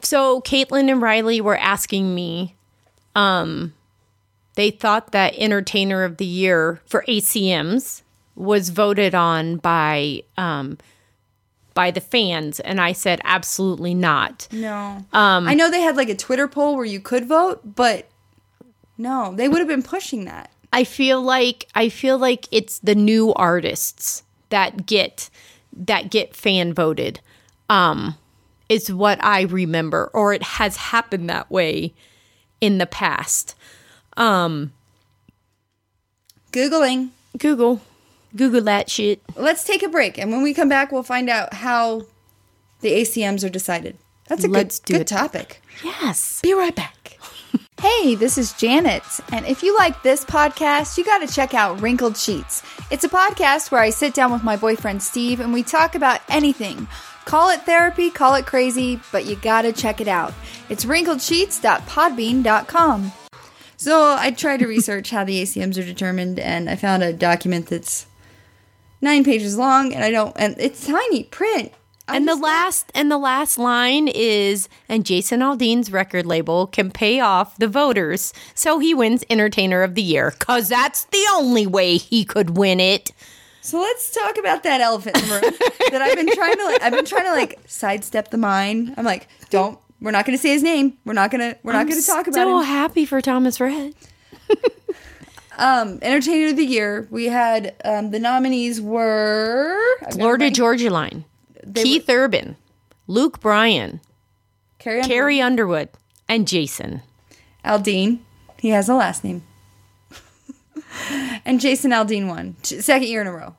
Speaker 5: So Caitlin and Riley were asking me, um, they thought that Entertainer of the Year for ACMs was voted on by um, by the fans, and I said absolutely not.
Speaker 1: No. Um, I know they had like a Twitter poll where you could vote, but no, they would have been pushing that.
Speaker 5: I feel like I feel like it's the new artists that get that get fan voted. Um is what I remember or it has happened that way in the past. Um
Speaker 1: Googling.
Speaker 5: Google Google that shit.
Speaker 1: Let's take a break. And when we come back, we'll find out how the ACMs are decided. That's a
Speaker 5: Let's
Speaker 1: good,
Speaker 5: do
Speaker 1: good
Speaker 5: it.
Speaker 1: topic.
Speaker 5: Yes.
Speaker 1: Be right back. Hey, this is Janet. And if you like this podcast, you got to check out Wrinkled Sheets. It's a podcast where I sit down with my boyfriend Steve and we talk about anything. Call it therapy, call it crazy, but you got to check it out. It's wrinkledsheets.podbean.com. So I tried to research how the ACMs are determined, and I found a document that's nine pages long, and I don't, and it's tiny print. I
Speaker 5: and the
Speaker 1: just-
Speaker 5: last and the last line is and Jason Aldean's record label can pay off the voters so he wins entertainer of the year cuz that's the only way he could win it.
Speaker 1: So let's talk about that elephant in the room that I've been trying to like. I've been trying to like sidestep the mine. I'm like, don't. We're not going to say his name. We're not going to. We're not going to talk about
Speaker 5: So
Speaker 1: him.
Speaker 5: happy for Thomas Red.
Speaker 1: Um, Entertainer of the Year. We had um, the nominees were I've never
Speaker 5: Florida
Speaker 1: written-
Speaker 5: Georgia Line.
Speaker 1: They
Speaker 5: Keith Urban, Luke Bryan,
Speaker 1: Carrie, Underwood,
Speaker 5: Carrie Underwood, and Jason.
Speaker 1: Aldean. He has a last name. and Jason Aldean won T- second year in a row.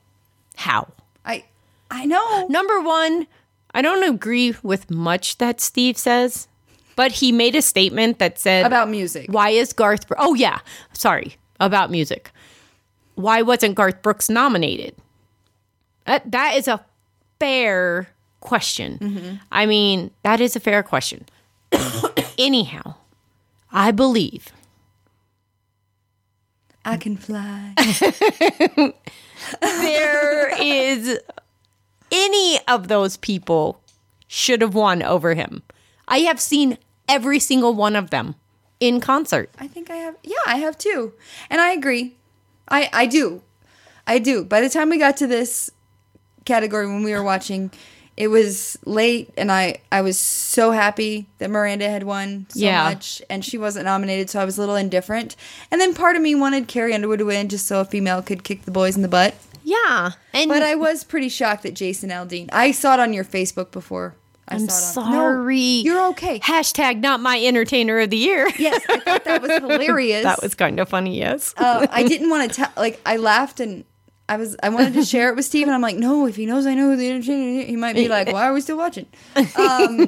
Speaker 5: How?
Speaker 1: I I know.
Speaker 5: Number 1, I don't agree with much that Steve says, but he made a statement that said
Speaker 1: about music.
Speaker 5: Why is Garth? Br- Oh yeah, sorry about music. Why wasn't Garth Brooks nominated? That, that is a fair question. I mean, that is a fair question. Anyhow, I believe
Speaker 1: I can fly.
Speaker 5: there is any of those people should have won over him. I have seen every single one of them in concert.
Speaker 1: I think I have. Yeah, I have too. And I agree. I I do. I do. By the time we got to this category when we were watching, it was late and I I was so happy that Miranda had won so
Speaker 5: Yeah.
Speaker 1: much and she wasn't nominated, so I was a little indifferent. And then part of me wanted Carrie Underwood to win just so a female could kick the boys in the butt.
Speaker 5: Yeah, and
Speaker 1: But I was pretty shocked that Jason Aldean. I saw it on your Facebook before. I
Speaker 5: I'm
Speaker 1: saw it on-
Speaker 5: sorry.
Speaker 1: No, you're okay.
Speaker 5: Hashtag not my entertainer of the year.
Speaker 1: Yes, I thought that was hilarious.
Speaker 5: that was kind of funny, yes.
Speaker 1: uh, I didn't want to tell. Like I laughed and I was I wanted to share it with Steve, and I'm like, no, if he knows I know who the entertainer, is, he might be like, why are we still watching? Um,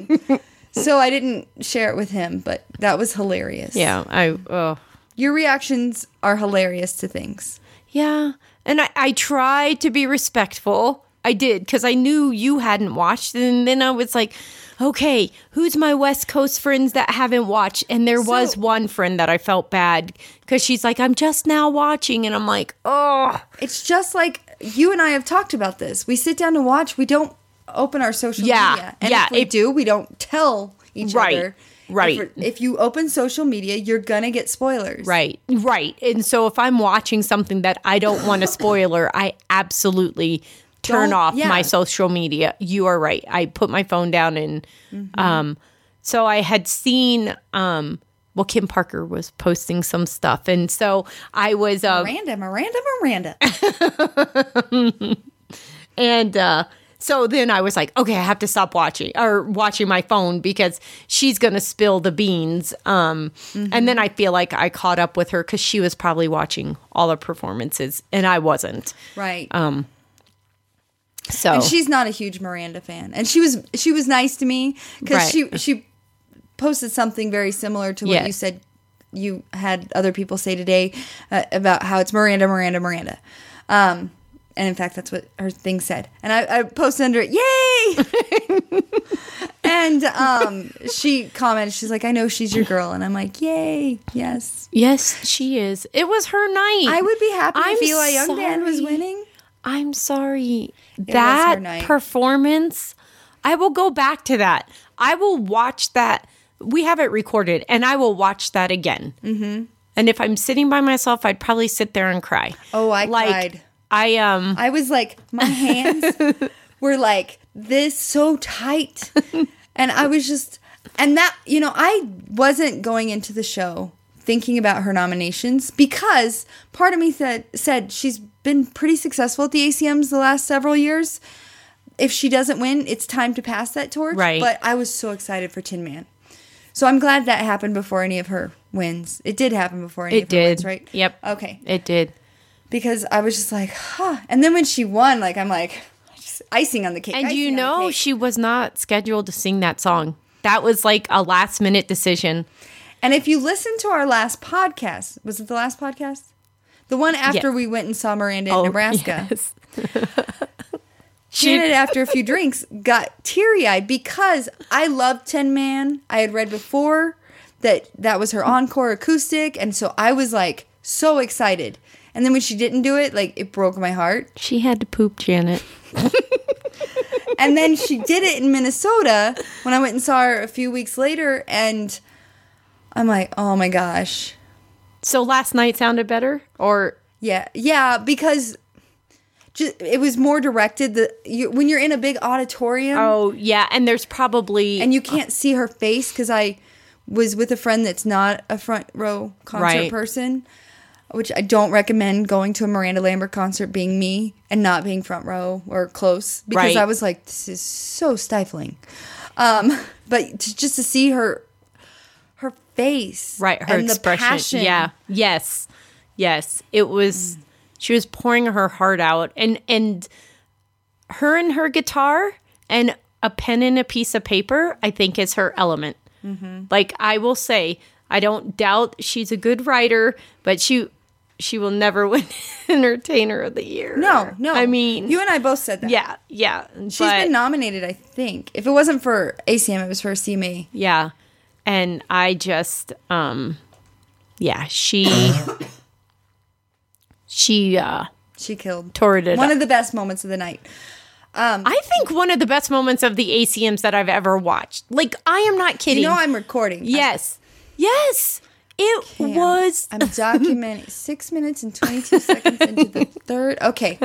Speaker 1: so I didn't share it with him, but that was hilarious.
Speaker 5: yeah, I, oh.
Speaker 1: your reactions are hilarious to things.
Speaker 5: Yeah. And I, I tried to be respectful. I did because I knew you hadn't watched. And then I was like, okay, who's my West Coast friends that haven't watched? And there was
Speaker 1: So-
Speaker 5: one friend that I felt bad because she's like, I'm just now watching. And I'm like, oh,
Speaker 1: It's just like you and I have talked about this. We sit down to watch. We don't open our social
Speaker 5: Yeah,
Speaker 1: media, and
Speaker 5: yeah,
Speaker 1: if we
Speaker 5: it-
Speaker 1: do, we don't tell each
Speaker 5: Right,
Speaker 1: other. If
Speaker 5: right.
Speaker 1: we're- If, you open social media, you're gonna get spoilers.
Speaker 5: Right, right. And so if I'm watching something that I don't want a spoiler, I absolutely turn
Speaker 1: Don't-
Speaker 5: off
Speaker 1: yeah.
Speaker 5: my social media. You are right. I put my phone down and
Speaker 1: Mm-hmm.
Speaker 5: um so I had seen um well Kim Parker was posting some stuff and so I was uh
Speaker 1: Miranda, Miranda, Miranda.
Speaker 5: and uh so then I was like, okay, I have to stop watching or watching my phone because she's going to spill the beans. Um, And then I feel like I caught up with her because she was probably watching all the performances and I wasn't.
Speaker 1: Right.
Speaker 5: So Oh.
Speaker 1: And she's not a huge Miranda fan, and she was she was nice to me because
Speaker 5: Right.
Speaker 1: she she posted something very similar to what
Speaker 5: Yes.
Speaker 1: you said you had other people say today uh, about how it's Miranda, Miranda, Miranda. Um, and in fact, that's what her thing said. And I, I posted under it, yay! and um, she commented, she's like, I know she's your girl. And I'm like, yay, yes.
Speaker 5: yes, she is. It was her night.
Speaker 1: I would be happy
Speaker 5: I'm
Speaker 1: if Eli Young Dan was
Speaker 5: sorry.
Speaker 1: winning.
Speaker 5: I'm sorry.
Speaker 1: her
Speaker 5: that
Speaker 1: night.
Speaker 5: performance, I will go back to that. I will watch that. We have it recorded, and I will watch that again. Mm-hmm. And if I'm sitting by myself, I'd probably sit there and cry.
Speaker 1: Oh, I
Speaker 5: like,
Speaker 1: cried.
Speaker 5: I um.
Speaker 1: I was like, my hands were like this so tight. And I was just, and that, you know, I wasn't going into the show thinking about her nominations because part of me said, said she's been pretty successful at the ACMs the last several years. If she doesn't win, it's time to pass that torch.
Speaker 5: Right.
Speaker 1: But I was so excited for Tin Man. So I'm glad that happened before any of her wins. It did happen before any
Speaker 5: It
Speaker 1: of her wins,
Speaker 5: did.
Speaker 1: right?
Speaker 5: Yep.
Speaker 1: Okay
Speaker 5: It did.
Speaker 1: because I was just like, huh. And then when she won, like I'm like, just icing on the cake.
Speaker 5: And
Speaker 1: icing
Speaker 5: you
Speaker 1: on the
Speaker 5: know,
Speaker 1: cake.
Speaker 5: she was not scheduled to sing that song. That was like a last minute decision.
Speaker 1: and if you listen to our last podcast, was it the last podcast? The one after
Speaker 5: Yes. Oh,
Speaker 1: we went and saw Miranda in Nebraska.
Speaker 5: yes.
Speaker 1: Janet, after a few drinks, got teary eyed because I loved Ten Man. I had read before that that was her encore acoustic, and so I was like so excited. And then when she didn't do it, like it broke my heart.
Speaker 5: She had to poop, Janet.
Speaker 1: and then she did it in Minnesota when I went and saw her a few weeks later, and I'm like, oh my gosh,
Speaker 5: So last night sounded better, or
Speaker 1: yeah, yeah, because ju- it was more directed. The you, when you're in a big auditorium
Speaker 5: oh yeah, and there's probably
Speaker 1: and you can't see her face because I was with a friend that's not a front row concert
Speaker 5: Right.
Speaker 1: person, which I don't recommend going to a Miranda Lambert concert being me and not being front row or close because
Speaker 5: Right.
Speaker 1: I was like, this is so stifling. Um, but to, just to see her, her face,
Speaker 5: right her
Speaker 1: and the
Speaker 5: expression.
Speaker 1: passion.
Speaker 5: Yeah, yes, yes. It was she was pouring her heart out, and and her and her guitar and a pen and a piece of paper. I think is her element.
Speaker 1: Mm-hmm.
Speaker 5: Like I will say, I don't doubt she's a good writer, but she she will never win Entertainer of the Year.
Speaker 1: No, no.
Speaker 5: I mean,
Speaker 1: you and I both said that.
Speaker 5: yeah, yeah.
Speaker 1: she's
Speaker 5: but-
Speaker 1: been nominated. I think if it wasn't for ACM, it was for CMA.
Speaker 5: Yeah. And I just um yeah, she she uh
Speaker 1: She killed.
Speaker 5: Tore it
Speaker 1: One
Speaker 5: up.
Speaker 1: of the best moments of the night.
Speaker 5: I think one of the best moments of the ACMs that I've ever watched. Like I am not kidding.
Speaker 1: You know I'm recording.
Speaker 5: yes. Yes. It
Speaker 1: Damn.
Speaker 5: was
Speaker 1: I'm documenting six minutes and 22 seconds into the third. Okay.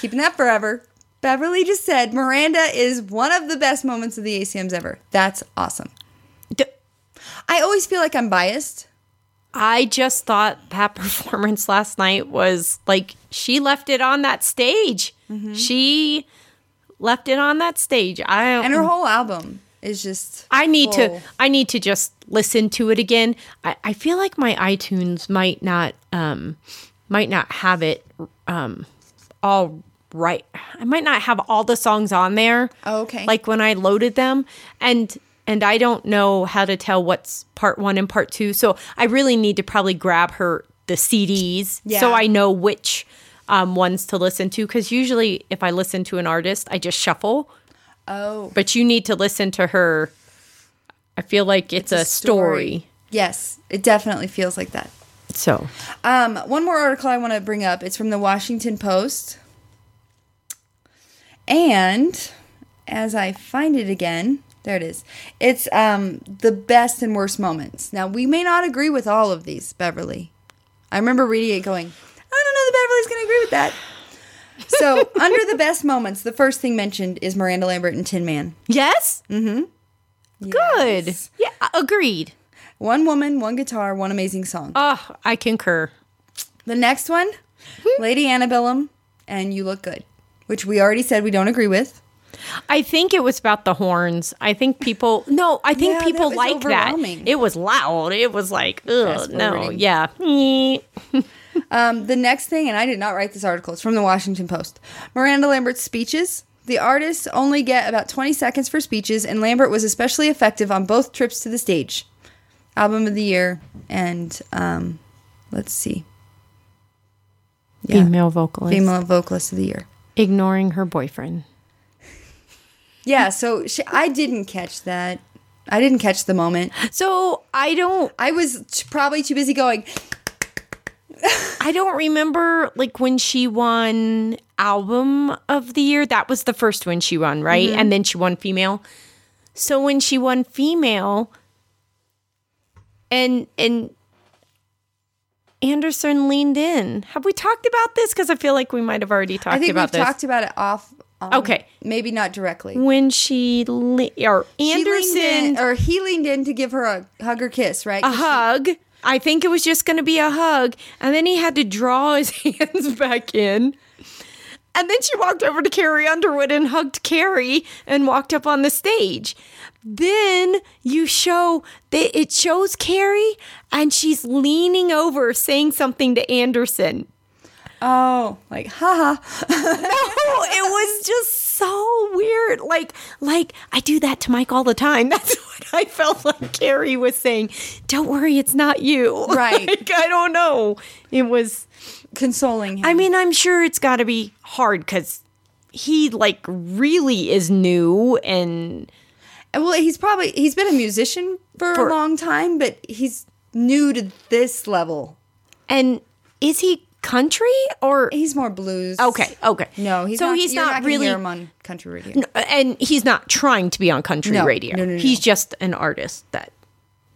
Speaker 1: Keeping that forever. Beverly just said Miranda is one of the best moments of the ACMs ever. That's awesome.
Speaker 5: d-
Speaker 1: I always feel like I'm biased.
Speaker 5: I just thought that performance last night was like she left it on that stage.
Speaker 1: Mm-hmm.
Speaker 5: She left it on that stage. I
Speaker 1: And her whole album is just.
Speaker 5: I need
Speaker 1: full.
Speaker 5: to I need to just listen to it again. I, I feel like my iTunes might not um might not have it um all right. I might not have all the songs on there.
Speaker 1: Oh, okay.
Speaker 5: Like when I loaded them and and I don't know how to tell what's part 1 and part 2. So I really need to probably grab her the CDs
Speaker 1: Yeah.
Speaker 5: so I know which um, ones to listen to because usually if I listen to an artist, I just shuffle
Speaker 1: Oh.
Speaker 5: but you need to listen to her. I feel like it's, a, story.
Speaker 1: Yes, it definitely feels like that.
Speaker 5: So,
Speaker 1: Um, one more article I want to bring up. It's from the Washington Post. And as I find it again, there it is. It's um, the best and worst moments. Now, we may not agree with all of these, Beverly. I remember reading it going, I don't know that Beverly's going to agree with that. So, under the best moments, the first thing mentioned is Miranda Lambert and Tin Man.
Speaker 5: yes? Mm
Speaker 1: Mm-hmm.
Speaker 5: hmm. Good. Yeah, agreed.
Speaker 1: One woman, one guitar, one amazing song.
Speaker 5: Oh, I concur.
Speaker 1: The next one, Lady Antebellum and You Look Good, which we already said we don't agree with.
Speaker 5: I think it was about the horns. I think people, no, I think
Speaker 1: Yeah, that
Speaker 5: people
Speaker 1: was
Speaker 5: like that.
Speaker 1: overwhelming.
Speaker 5: It was loud. It was like, ugh,
Speaker 1: Fast
Speaker 5: no,
Speaker 1: forwarding.
Speaker 5: yeah.
Speaker 1: Um, the next thing, and I did not write this article, it's from the Washington Post. Miranda Lambert's speeches. The artists only get about 20 seconds for speeches, and Lambert was especially effective on both trips to the stage. Album of the year, and um, let's see. Yeah.
Speaker 5: Female vocalist.
Speaker 1: Female vocalist of the year.
Speaker 5: Ignoring her boyfriend.
Speaker 1: Yeah, so she, I didn't catch that. I didn't catch the moment.
Speaker 5: So I don't,
Speaker 1: I was t- probably too busy going,
Speaker 5: I don't remember like when she won album of the year. That was the first one she won, right?
Speaker 1: Mm-hmm.
Speaker 5: And then she won female. So when she won female and and Anderson leaned in. Have we talked about this? Because I feel like we might have already talked
Speaker 1: I think
Speaker 5: about
Speaker 1: we've
Speaker 5: this.
Speaker 1: talked about it off. um,
Speaker 5: Okay.
Speaker 1: maybe not directly.
Speaker 5: when she le- or
Speaker 1: She leaned
Speaker 5: Anderson Uh-huh.
Speaker 1: in- or he leaned in to give her a hug or kiss, right?
Speaker 5: a hug. I think it was just going to be a hug. And then he had to draw his hands back in. And then she walked over to Carrie Underwood and hugged Carrie and walked up on the stage. Then you show that it shows Carrie and she's leaning over saying something to Anderson.
Speaker 1: Oh, like haha.
Speaker 5: Oh, it was just so weird. Like, like I do that to Mike all the time. That's what I felt like Carrie was saying. Don't worry, it's not you.
Speaker 1: Right.
Speaker 5: Like, I don't know. It was.
Speaker 1: Consoling him.
Speaker 5: I mean, I'm sure it's got to be hard because he like really is new and
Speaker 1: Well, he's probably he's been a musician for,
Speaker 5: For-
Speaker 1: a long time, but he's new to this level.
Speaker 5: And is he country or
Speaker 1: He's more blues.
Speaker 5: okay? Okay,
Speaker 1: No, he's
Speaker 5: so
Speaker 1: not,
Speaker 5: he's
Speaker 1: you're
Speaker 5: not,
Speaker 1: not gonna
Speaker 5: really
Speaker 1: hear him on country radio.
Speaker 5: and he's not trying to be on country
Speaker 1: No,
Speaker 5: radio.
Speaker 1: no, no, no,
Speaker 5: he's
Speaker 1: no.
Speaker 5: just an artist that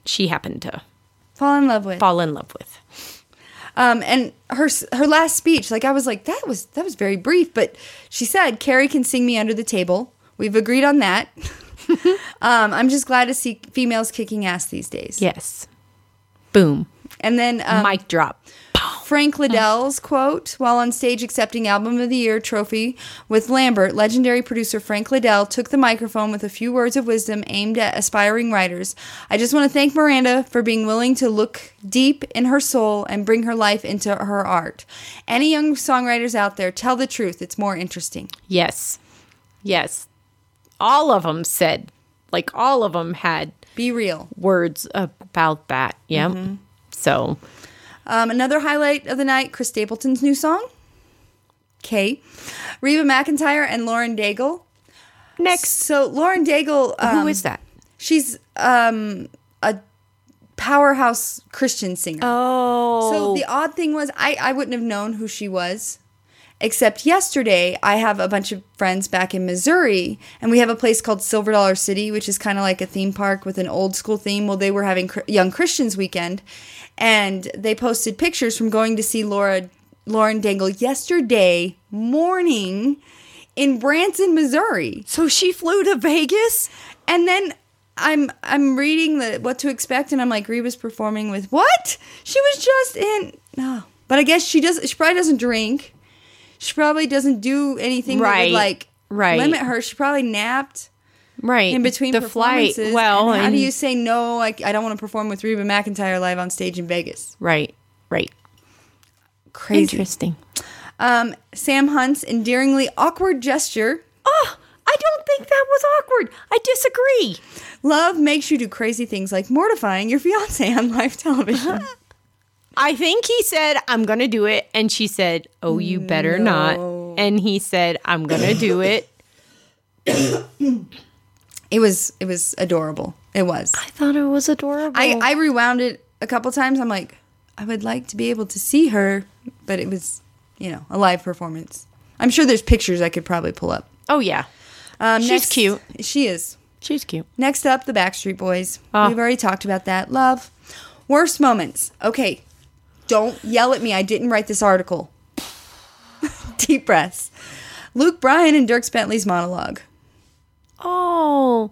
Speaker 5: she happened to
Speaker 1: Fall in love with.
Speaker 5: fall in love with.
Speaker 1: Um, and her her last speech, like I was like, that was that was very brief, but she said, "Carrie can sing me under the table. We've agreed on that." um, I'm just glad to see females kicking ass these days.
Speaker 5: Yes. Boom.
Speaker 1: And then um,
Speaker 5: Mic drop.
Speaker 1: Frank Liddell's quote while on stage accepting Album of the Year trophy with Lambert, legendary producer Frank Liddell took the microphone with a few words of wisdom aimed at aspiring writers. I just want to thank Miranda for being willing to look deep in her soul and bring her life into her art. Any young songwriters out there, tell the truth. It's more interesting.
Speaker 5: Yes. Yes. All of them said, like, all of them had
Speaker 1: Be real.
Speaker 5: words about that. Yep. So,
Speaker 1: Um, another highlight of the night Chris Stapleton's new song. Kay. Reba McIntyre and Lauren Daigle.
Speaker 5: next,
Speaker 1: So Lauren Daigle. Um,
Speaker 5: who is that?
Speaker 1: She's um a powerhouse Christian singer.
Speaker 5: Oh.
Speaker 1: So the odd thing was I I wouldn't have known who she was. Except yesterday, I have a bunch of friends back in Missouri, and we have a place called Silver Dollar City, which is kind of like a theme park with an old school theme. Well, they were having Chr- Young Christians Weekend, and they posted pictures from going to see Laura Lauren Dangle yesterday morning in Branson, Missouri.
Speaker 5: So she flew to Vegas?
Speaker 1: And then I'm I'm reading the what to expect, and I'm like, Reba's performing with what? She was just in no, but I guess she does. She probably doesn't drink. She probably doesn't do anything that
Speaker 5: Right.
Speaker 1: would like
Speaker 5: Right.
Speaker 1: limit her. She probably napped
Speaker 5: Right.
Speaker 1: in between
Speaker 5: the flight.
Speaker 1: performances.
Speaker 5: Well,
Speaker 1: and how do
Speaker 5: and-
Speaker 1: you say no? I, I don't want to perform with Reba McIntyre live on stage in Vegas.
Speaker 5: Right. Right.
Speaker 1: Crazy.
Speaker 5: Interesting.
Speaker 1: Um, Sam Hunt's endearingly awkward gesture.
Speaker 5: Oh, I don't think that was awkward. I disagree.
Speaker 1: Love makes you do crazy things like mortifying your fiance on live television.
Speaker 5: I think he said, I'm going to do it. And she said, Oh, you better not. And he said, I'm going to do it.
Speaker 1: it was it was adorable. It was.
Speaker 5: I thought it was adorable.
Speaker 1: I, I rewound it a couple times. I'm like, I would like to be able to see her, but it was, you know, a live performance. I'm sure there's pictures I could probably pull up.
Speaker 5: oh, yeah.
Speaker 1: Um,
Speaker 5: She's
Speaker 1: next-
Speaker 5: cute.
Speaker 1: She is.
Speaker 5: She's cute.
Speaker 1: Next up, the Backstreet Boys.
Speaker 5: Ah.
Speaker 1: We've already talked about that. Love. Worst moments. Okay. Don't yell at me. I didn't write this article. Deep breaths. Luke Bryan and Dirk Bentley's monologue.
Speaker 5: Oh,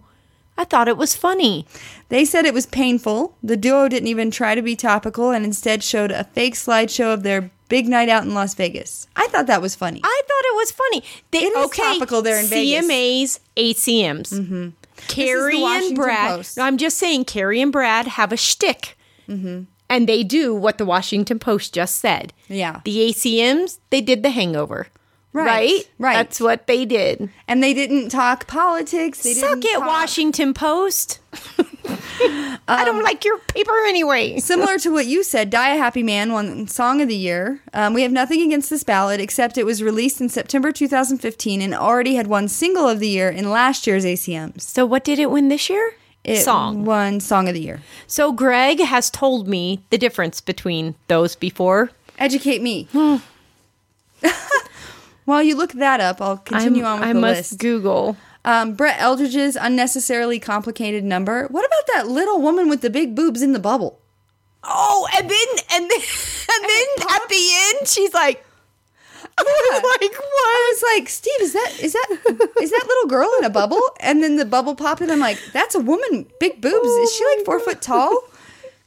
Speaker 5: I thought it was funny.
Speaker 1: They said it was painful. The duo didn't even try to be topical and instead showed a fake slideshow of their big night out in Las Vegas. I thought that was funny.
Speaker 5: I thought it was funny. They
Speaker 1: It is
Speaker 5: okay,
Speaker 1: topical there in Vegas. Mm-hmm.
Speaker 5: CMAs, ACMs. Carrie and
Speaker 1: Washington
Speaker 5: Brad.
Speaker 1: Post.
Speaker 5: No, I'm just saying, Carrie and Brad have a shtick,
Speaker 1: Mm-hmm.
Speaker 5: and they do what the Washington Post just said.
Speaker 1: Yeah.
Speaker 5: the ACMs they did the Hangover.
Speaker 1: Right,
Speaker 5: right,
Speaker 1: right.
Speaker 5: That's what they did.
Speaker 1: and they didn't talk politics. They
Speaker 5: Suck
Speaker 1: didn't
Speaker 5: it,
Speaker 1: talk-
Speaker 5: Washington Post. I
Speaker 1: Um,
Speaker 5: don't like your paper anyway.
Speaker 1: Similar to what you said, Die a Happy Man won Song of the Year. Um, we have nothing against this ballad, except it was released in September 2015 and already had won Single of the Year in last year's ACMs.
Speaker 5: So, what did it win this year?
Speaker 1: It
Speaker 5: Song.
Speaker 1: won Song of the Year.
Speaker 5: So Greg has told me the difference between those before.
Speaker 1: Educate me. While you look that up, I'll continue on with
Speaker 5: I
Speaker 1: the
Speaker 5: must
Speaker 1: list.
Speaker 5: Google.
Speaker 1: Um, Brett Eldridge's unnecessarily complicated number. What about that little woman with the big boobs in the bubble?
Speaker 5: Oh, and then and then and then at the end, she's like,
Speaker 1: Yeah.
Speaker 5: like
Speaker 1: I
Speaker 5: what?
Speaker 1: was like, Steve, is that is that is that little girl in a bubble? And then the bubble popped, and I'm like, that's a woman, big boobs. is she like
Speaker 5: Oh
Speaker 1: four foot tall?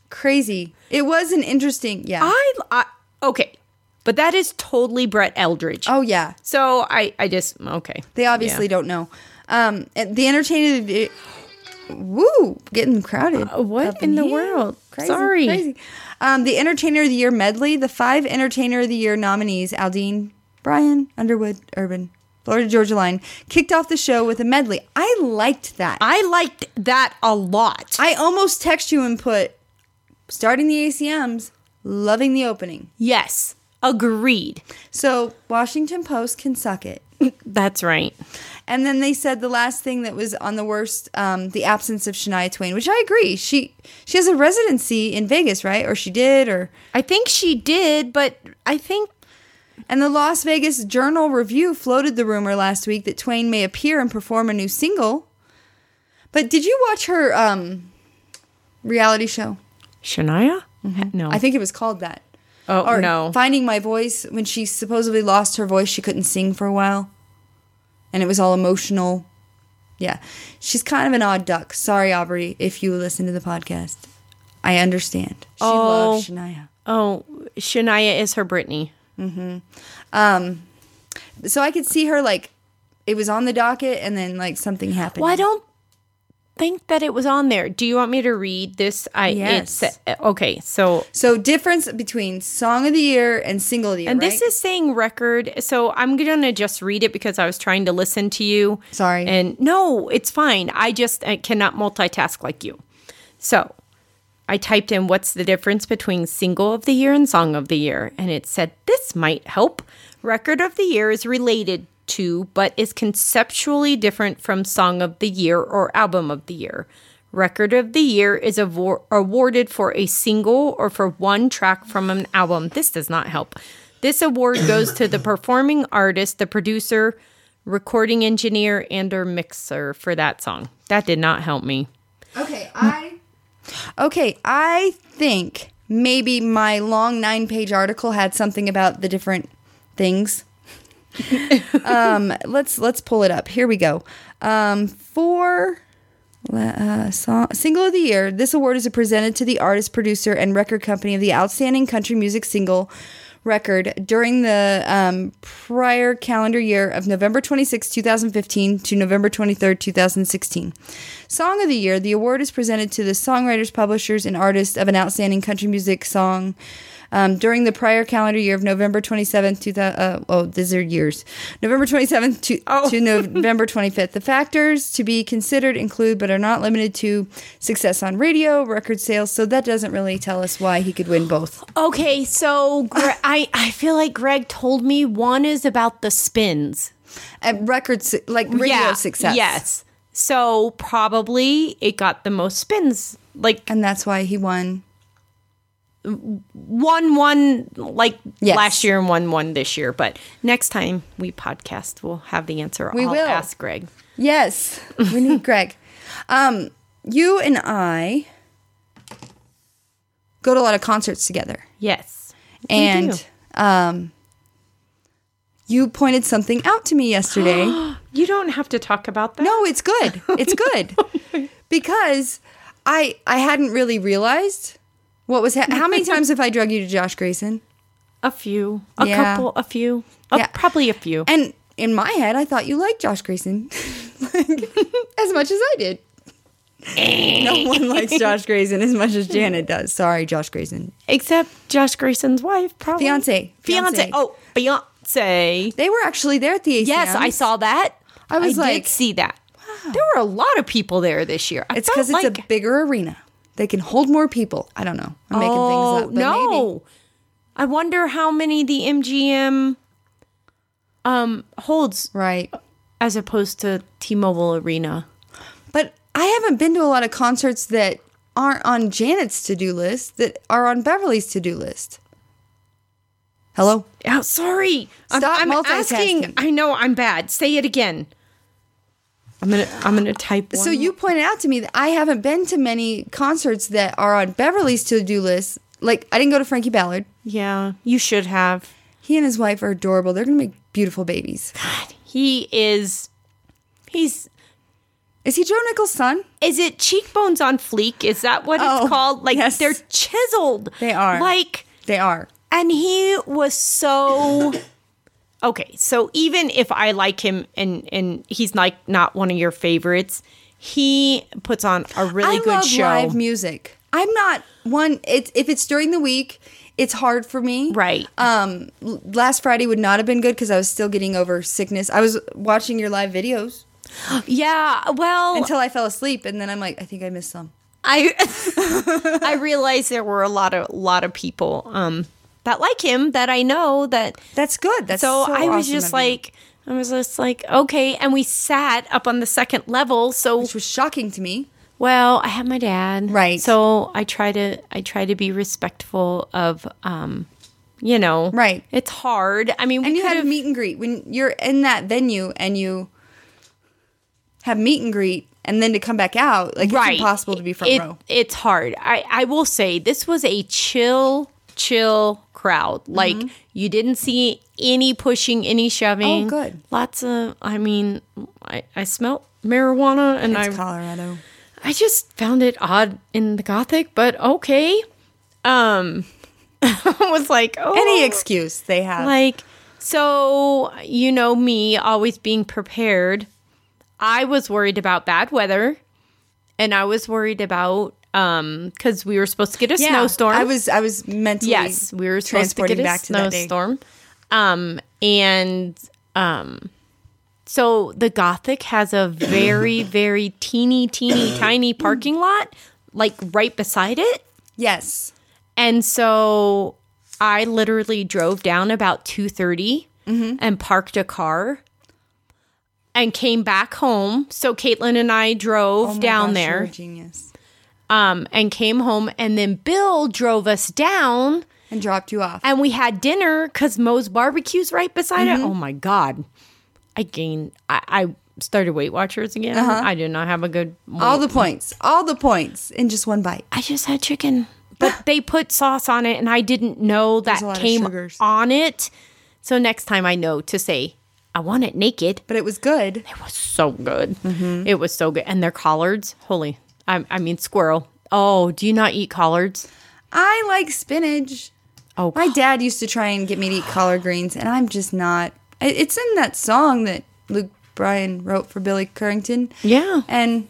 Speaker 1: Crazy. It was an interesting, yeah.
Speaker 5: I, I okay, but that is totally Brett Eldridge.
Speaker 1: oh yeah,
Speaker 5: So I I just okay.
Speaker 1: they obviously don't know. Um, and the entertainment. vi- Woo, getting crowded.
Speaker 5: Uh, what
Speaker 1: up
Speaker 5: in the
Speaker 1: here.
Speaker 5: world?
Speaker 1: Crazy,
Speaker 5: Sorry.
Speaker 1: crazy. Um, the Entertainer of the Year medley, the five Entertainer of the Year nominees, Aldine, Brian, Underwood, Urban, Florida Georgia Line, kicked off the show with a medley. I liked that. I,
Speaker 5: I liked that a lot.
Speaker 1: almost text you and put, starting the ACMs, loving the opening.
Speaker 5: yes, agreed.
Speaker 1: So Washington Post can suck it.
Speaker 5: That's right.
Speaker 1: And then they said the last thing that was on the worst, um, the absence of Shania Twain, which I agree. She she has a residency in Vegas, right? Or she did, or
Speaker 5: I think she did, but I think
Speaker 1: and the Las Vegas Journal Review floated the rumor last week that Twain may appear and perform a new single. But did you watch her um, reality show?
Speaker 5: Shania? Mm-hmm. No.
Speaker 1: I think it was called that.
Speaker 5: Oh,
Speaker 1: Or
Speaker 5: no.
Speaker 1: Finding My Voice when she supposedly lost her voice, she couldn't sing for a while. And it was all emotional. Yeah. She's kind of an odd duck. Sorry, Aubrey, if you listen to the podcast. I understand. She loves
Speaker 5: Oh.
Speaker 1: Shania.
Speaker 5: Oh, Shania is her Britney.
Speaker 1: Um so I could see her like it was on the docket and then like something happened.
Speaker 5: Well, I don't think that it was on there. Do you want me to read this? I
Speaker 1: Yes.
Speaker 5: it's okay. So
Speaker 1: So difference between song of the year and single of the year.
Speaker 5: and this
Speaker 1: right?
Speaker 5: is saying record. So I'm gonna just read it because I was trying to listen to you.
Speaker 1: Sorry.
Speaker 5: And no, it's fine. I just I cannot multitask like you. So I typed in what's the difference between single of the year and song of the year, and it said this might help. Record of the year is related to, but is conceptually different from song of the year or album of the year. Record of the year is avor- awarded for a single or for one track from an album. This does not help. This award goes to the performing artist, the producer, recording engineer, and or mixer for that song. That did not help me.
Speaker 1: Okay, I Okay, I think maybe my long 9-page article had something about the different things. um let's let's pull it up. Here we go. Um for uh, song, single of the year, this award is presented to the artist, producer, and record company of the outstanding country music single record during the um, prior calendar year of November 26, 2015 to November 23, 2016. Song of the year, the award is presented to the songwriters, publishers, and artists of an outstanding country music song. Um, during the prior calendar year of November 27th, 2000, uh, oh, these are years. November 27th to, to November 25th. The factors to be considered include, but are not limited to, success on radio, record sales. So that doesn't really tell us why he could win both.
Speaker 5: Okay, so Gre- I I feel like Greg told me one is about the spins.
Speaker 1: At Uh, record, su- like radio success.
Speaker 5: Yes. So probably it got the most spins. Like
Speaker 1: And that's why he won.
Speaker 5: one one like
Speaker 1: Yes.
Speaker 5: last year and one one this year. But next time we podcast, we'll have the answer.
Speaker 1: We
Speaker 5: I'll
Speaker 1: will.
Speaker 5: ask Greg.
Speaker 1: Yes. We need Greg. Um, you and I go to a lot of concerts together.
Speaker 5: Yes. We
Speaker 1: and um, you pointed something out to me yesterday.
Speaker 5: do. you don't have to talk about that.
Speaker 1: no, it's good. It's
Speaker 5: Oh
Speaker 1: good because I I hadn't really realized what was. Ha- How many times have I drug you to Josh Grayson?
Speaker 5: A few. A
Speaker 1: Yeah.
Speaker 5: couple. A few. A-
Speaker 1: Yeah.
Speaker 5: Probably a few.
Speaker 1: And in my head, I thought you liked Josh Grayson like, as much as I did. no one likes Josh Grayson as much as Janet does. Sorry, Josh Grayson.
Speaker 5: Except Josh Grayson's wife, probably
Speaker 1: Fiance.
Speaker 5: Fiance.
Speaker 1: Fiance.
Speaker 5: Oh, fiance.
Speaker 1: They were actually there at the ACM.
Speaker 5: Yes, I saw that.
Speaker 1: I was
Speaker 5: I
Speaker 1: like,
Speaker 5: did see that. There were a lot of people there this year. I
Speaker 1: It's because it's
Speaker 5: felt
Speaker 1: a
Speaker 5: like-
Speaker 1: bigger arena. They can hold more people. I don't know. I'm making
Speaker 5: oh,
Speaker 1: things up. But
Speaker 5: no.
Speaker 1: Maybe.
Speaker 5: I wonder how many the MGM um holds
Speaker 1: Right.
Speaker 5: as opposed to T-Mobile Arena.
Speaker 1: But I haven't been to a lot of concerts that aren't on Janet's to do list, that are on Beverly's to do list. Hello?
Speaker 5: Oh, sorry. I'm-
Speaker 1: Stop
Speaker 5: I'm, asking.
Speaker 1: multitasking.
Speaker 5: I know I'm bad. Say it again. I'm gonna. I'm gonna type.
Speaker 1: So
Speaker 5: one
Speaker 1: you pointed out to me that I haven't been to many concerts that are on Beverly's to do list. Like, I didn't go to Frankie Ballard.
Speaker 5: Yeah, you should have.
Speaker 1: He and his wife are adorable. They're going to make beautiful babies.
Speaker 5: He is. He's.
Speaker 1: Is he Joe Nichols' son?
Speaker 5: Is it cheekbones on fleek? Is that what
Speaker 1: Oh,
Speaker 5: it's called? Like
Speaker 1: yes.
Speaker 5: they're chiseled.
Speaker 1: They are.
Speaker 5: Like,
Speaker 1: They are.
Speaker 5: and he was so. okay, so even if I like him and and he's like not one of your favorites, he puts on a really
Speaker 1: I
Speaker 5: good
Speaker 1: love
Speaker 5: show.
Speaker 1: live music. I'm not one. It's if it's during the week, it's hard for me.
Speaker 5: Right.
Speaker 1: Um. l- Last Friday would not have been good because I was still getting over sickness. I was watching your live videos
Speaker 5: yeah. Well,
Speaker 1: until I fell asleep, and then I'm like, I think I missed some.
Speaker 5: I I realized there were a lot of lot of people um that like him that I know that
Speaker 1: That's good. That's
Speaker 5: so,
Speaker 1: so
Speaker 5: I was
Speaker 1: awesome
Speaker 5: just
Speaker 1: of you.
Speaker 5: like, I was just like, okay. And we sat up on the second level. So,
Speaker 1: which was shocking to me.
Speaker 5: well, I had my dad.
Speaker 1: Right.
Speaker 5: So I try to, I try to be respectful of, um, you know,
Speaker 1: Right.
Speaker 5: It's hard. I mean, we
Speaker 1: And you had a
Speaker 5: could've-
Speaker 1: meet and greet when you're in that venue and you have meet and greet and then to come back out, like
Speaker 5: right.
Speaker 1: it's impossible to be front
Speaker 5: It-
Speaker 1: row.
Speaker 5: It's hard. I, I will say this was a chill, chill crowd.
Speaker 1: Mm-hmm.
Speaker 5: Like you didn't see any pushing, any shoving.
Speaker 1: Oh, good.
Speaker 5: Lots of. I mean, I, I smelt marijuana, and
Speaker 1: It's
Speaker 5: I Oh.
Speaker 1: Colorado.
Speaker 5: I just found it odd in the gothic, but okay. Um, I was like, oh,
Speaker 1: Any excuse they have.
Speaker 5: like so you know me always being prepared i was worried about bad weather and i was worried about um because we were supposed to get a snowstorm
Speaker 1: I was I was mentally
Speaker 5: yes we were supposed to get a snowstorm um and um so the gothic has a very very teeny teeny tiny parking lot like right beside it
Speaker 1: Yes.
Speaker 5: Oh and so I literally drove down about 2:30
Speaker 1: Mm-hmm.
Speaker 5: and parked a car and came back home. So Caitlin and I drove
Speaker 1: Oh my
Speaker 5: down
Speaker 1: gosh,
Speaker 5: there
Speaker 1: you're a genius.
Speaker 5: um, and came home and then Bill drove us down
Speaker 1: And dropped you off.
Speaker 5: and we had dinner because Moe's barbecue's right beside
Speaker 1: Mm-hmm.
Speaker 5: it. Oh my God. I gained I, I started Weight Watchers again.
Speaker 1: Uh-huh.
Speaker 5: I did not have a good
Speaker 1: all the points. All the points in Oh, just one bite.
Speaker 5: I just had chicken. But they put sauce on it and I didn't know
Speaker 1: a
Speaker 5: that
Speaker 1: lot of
Speaker 5: came
Speaker 1: sugars.
Speaker 5: on it. So next time I know to say, I want it naked.
Speaker 1: But it was good.
Speaker 5: It was so good.
Speaker 1: Mm-hmm.
Speaker 5: It was so good. And their collards, holy, I, I mean, squirrel. Oh, do you not eat collards?
Speaker 1: I like spinach.
Speaker 5: Oh,
Speaker 1: My dad used to try and get me to eat collard greens, and I'm just not. I- It's in that song that Luke Bryan wrote for Billy Currington.
Speaker 5: Yeah.
Speaker 1: And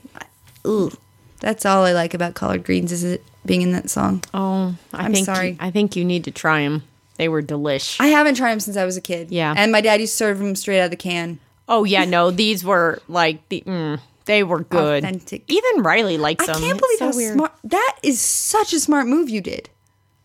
Speaker 1: ooh, that's all I like about collard greens is it being in that song.
Speaker 5: oh, I
Speaker 1: I'm
Speaker 5: think
Speaker 1: sorry.
Speaker 5: You, I think you need to try them. They were delish.
Speaker 1: I haven't tried them since I was a kid.
Speaker 5: Yeah.
Speaker 1: And my dad used to serve them straight out of the can.
Speaker 5: oh yeah, no, these were like the. Mm, they were good.
Speaker 1: Authentic.
Speaker 5: Even Riley likes
Speaker 1: I
Speaker 5: them.
Speaker 1: can't believe
Speaker 5: It's so
Speaker 1: how
Speaker 5: weird.
Speaker 1: smart. That is such a smart move you did.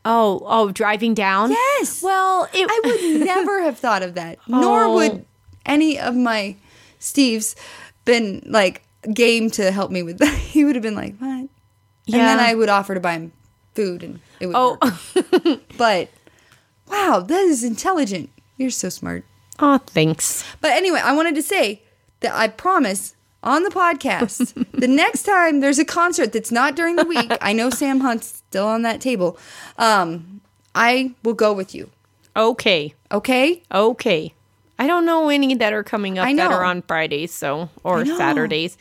Speaker 5: Oh, oh, driving down.
Speaker 1: Yes.
Speaker 5: Well, it, Oh.
Speaker 1: I would never have thought of that. Nor would any of my Steves been like game to help me with that. He would have been like, "What?" And then
Speaker 5: Yeah.
Speaker 1: I would offer to buy him food, and it would. Oh. but wow, that is intelligent. You're so smart.
Speaker 5: Oh, thanks.
Speaker 1: But anyway, I wanted to say that I promise on the podcast, the next time there's a concert that's not during the week, I know Sam Hunt's still on that table. Um, I will go with you.
Speaker 5: Okay.
Speaker 1: Okay?
Speaker 5: Okay. I don't know any that are coming up
Speaker 1: I
Speaker 5: that
Speaker 1: know.
Speaker 5: are on Fridays, so or
Speaker 1: know.
Speaker 5: Saturdays.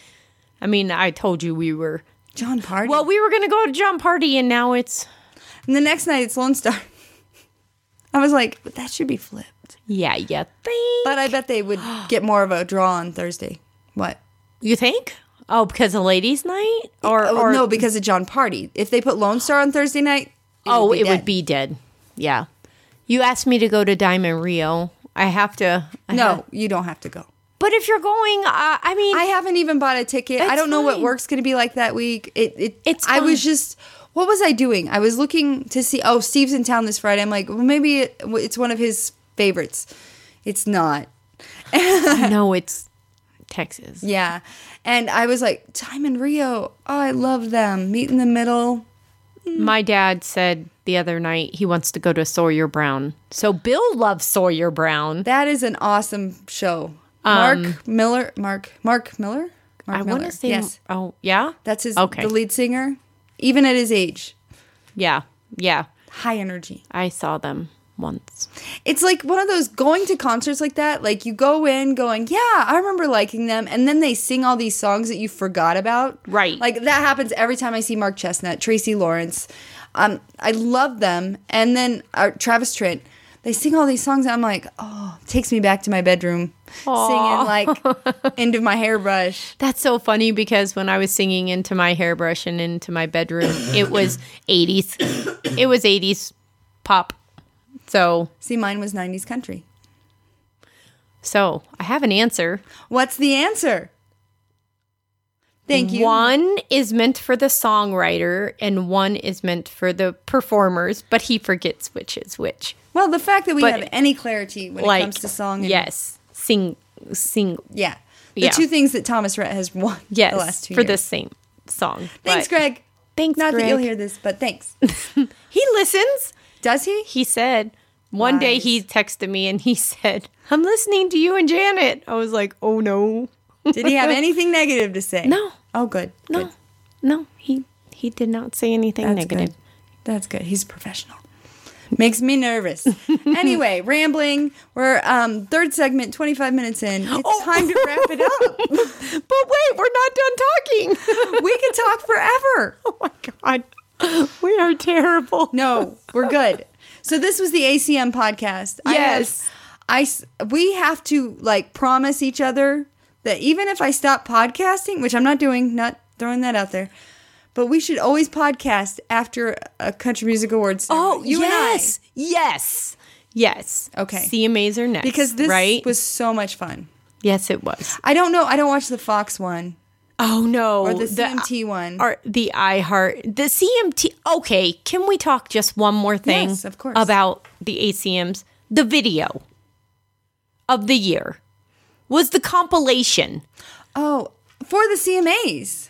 Speaker 5: I mean, I told you we were
Speaker 1: John Party.
Speaker 5: Well, we were going to go to John Party and now it's
Speaker 1: And the next night it's Lone Star. I was like, "But that should be flipped.
Speaker 5: Yeah, yeah.
Speaker 1: But I bet they would get more of a draw on Thursday. What?
Speaker 5: You think? Oh, because of ladies night or
Speaker 1: Oh,
Speaker 5: or
Speaker 1: no, because of John Party. If they put Lone Star on Thursday night,
Speaker 5: Oh, it
Speaker 1: dead.
Speaker 5: would be dead. Yeah. You asked me to go to Diamond Rio. I have to I have-
Speaker 1: No, you don't have to go.
Speaker 5: but if you're going, uh, I mean,
Speaker 1: I haven't even bought a ticket. I
Speaker 5: That's
Speaker 1: don't know what
Speaker 5: fine.
Speaker 1: work's going to be like that week. It, it
Speaker 5: It's
Speaker 1: I was
Speaker 5: fine.
Speaker 1: just what was I doing? I was looking to see. Oh, Steve's in town this Friday. I'm like, well, maybe it, it's one of his favorites. It's not.
Speaker 5: no, it's Texas.
Speaker 1: Yeah, and I was like, time in Rio. Oh, I love them. Meet in the middle.
Speaker 5: My dad said the other night he wants to go to Sawyer Brown. So Bill loves Sawyer Brown.
Speaker 1: That is an awesome show. Mark Miller. Mark. Mark Miller. Mark
Speaker 5: Um, I want
Speaker 1: Miller.
Speaker 5: to say,
Speaker 1: yes.
Speaker 5: oh yeah,
Speaker 1: That's his.
Speaker 5: Okay.
Speaker 1: The lead singer, even at his age,
Speaker 5: yeah, yeah.
Speaker 1: high energy.
Speaker 5: I saw them once.
Speaker 1: It's like one of those going to concerts like that. Like you go in going, yeah, I remember liking them, and then they sing all these songs that you forgot about.
Speaker 5: Right.
Speaker 1: Like that happens every time I see Mark Chestnut, Tracy Lawrence. Um, I love them, and then uh, Travis Tritt. They sing all these songs. And I'm like, oh, takes me back to my bedroom, singing like into my hairbrush.
Speaker 5: That's so funny because when I was singing into my hairbrush and into my bedroom, it was eighties. It was eighties pop. So
Speaker 1: See, mine was '90s country.
Speaker 5: so I have an answer.
Speaker 1: What's the answer? Thank you.
Speaker 5: One is meant for the songwriter and one is meant for the performers, but he forgets which is which.
Speaker 1: Well, the fact that we
Speaker 5: But-
Speaker 1: have any clarity when
Speaker 5: like
Speaker 1: it comes to song and
Speaker 5: yes sing sing
Speaker 1: Yeah. The
Speaker 5: Yeah.
Speaker 1: two things that Thomas Rhett has won
Speaker 5: yes
Speaker 1: the last two
Speaker 5: for
Speaker 1: years.
Speaker 5: the same song.
Speaker 1: Thanks,
Speaker 5: But-
Speaker 1: Greg.
Speaker 5: Thanks,
Speaker 1: Not that you'll
Speaker 5: Greg.
Speaker 1: hear this, but thanks.
Speaker 5: He listens.
Speaker 1: Does he?
Speaker 5: He said one day
Speaker 1: Lies.
Speaker 5: he texted me and he said, "I'm listening to you and Janet." I was like, "Oh no,
Speaker 1: Did he have anything negative to say?
Speaker 5: No.
Speaker 1: Oh, good.
Speaker 5: no,
Speaker 1: Good.
Speaker 5: no." He he did not say anything
Speaker 1: That's
Speaker 5: negative.
Speaker 1: good. That's good. He's a professional. Makes me nervous. anyway, rambling. We're um, third segment, 25 minutes in. It's time to wrap it up.
Speaker 5: Oh. But wait, we're not done talking.
Speaker 1: we could talk forever.
Speaker 5: oh my god, we are terrible.
Speaker 1: No, we're good. So this was the ACM podcast. I have-
Speaker 5: Yes.
Speaker 1: I, s- we have to like promise each other that even if I stop podcasting, which I'm not doing, not throwing that out there, but we should always podcast after a country music awards.
Speaker 5: Oh,
Speaker 1: ceremony. you
Speaker 5: yes, yes, yes.
Speaker 1: Okay.
Speaker 5: CMAs are
Speaker 1: and I,
Speaker 5: next
Speaker 1: because this
Speaker 5: right?
Speaker 1: was so much fun.
Speaker 5: yes, it was.
Speaker 1: I don't know. I don't watch the Fox one
Speaker 5: Oh no, uh,
Speaker 1: or the CMT one.
Speaker 5: Or the iHeart, the CMT. Okay, can we talk just one more thing?
Speaker 1: Yes, of course.
Speaker 5: About the ACMs, the video of the year was the compilation.
Speaker 1: oh, for the CMAs.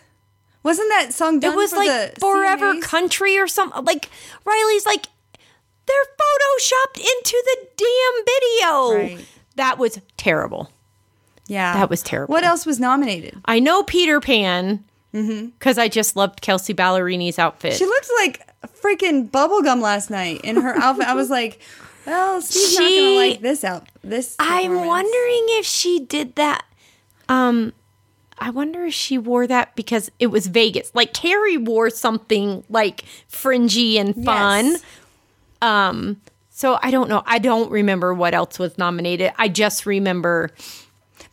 Speaker 1: Wasn't that song done
Speaker 5: it was
Speaker 1: for
Speaker 5: like
Speaker 1: the
Speaker 5: Forever
Speaker 1: CMAs?
Speaker 5: Country or something. Like Riley's like they're photoshopped into the damn video.
Speaker 1: Right.
Speaker 5: That was terrible.
Speaker 1: yeah.
Speaker 5: That was terrible.
Speaker 1: What else was nominated?
Speaker 5: I know Peter Pan because I just loved Kelsey Ballerini's outfit.
Speaker 1: Mm-hmm. She looked like freaking bubblegum last night in her outfit. I was like, well, she's not
Speaker 5: She-
Speaker 1: gonna like this out. This
Speaker 5: I'm
Speaker 1: performance.
Speaker 5: wondering if she did that. Um, I wonder if she wore that because it was Vegas. Like Carrie wore something like fringy and fun.
Speaker 1: Yes.
Speaker 5: Um, so I don't know. I don't remember what else was nominated. I just remember.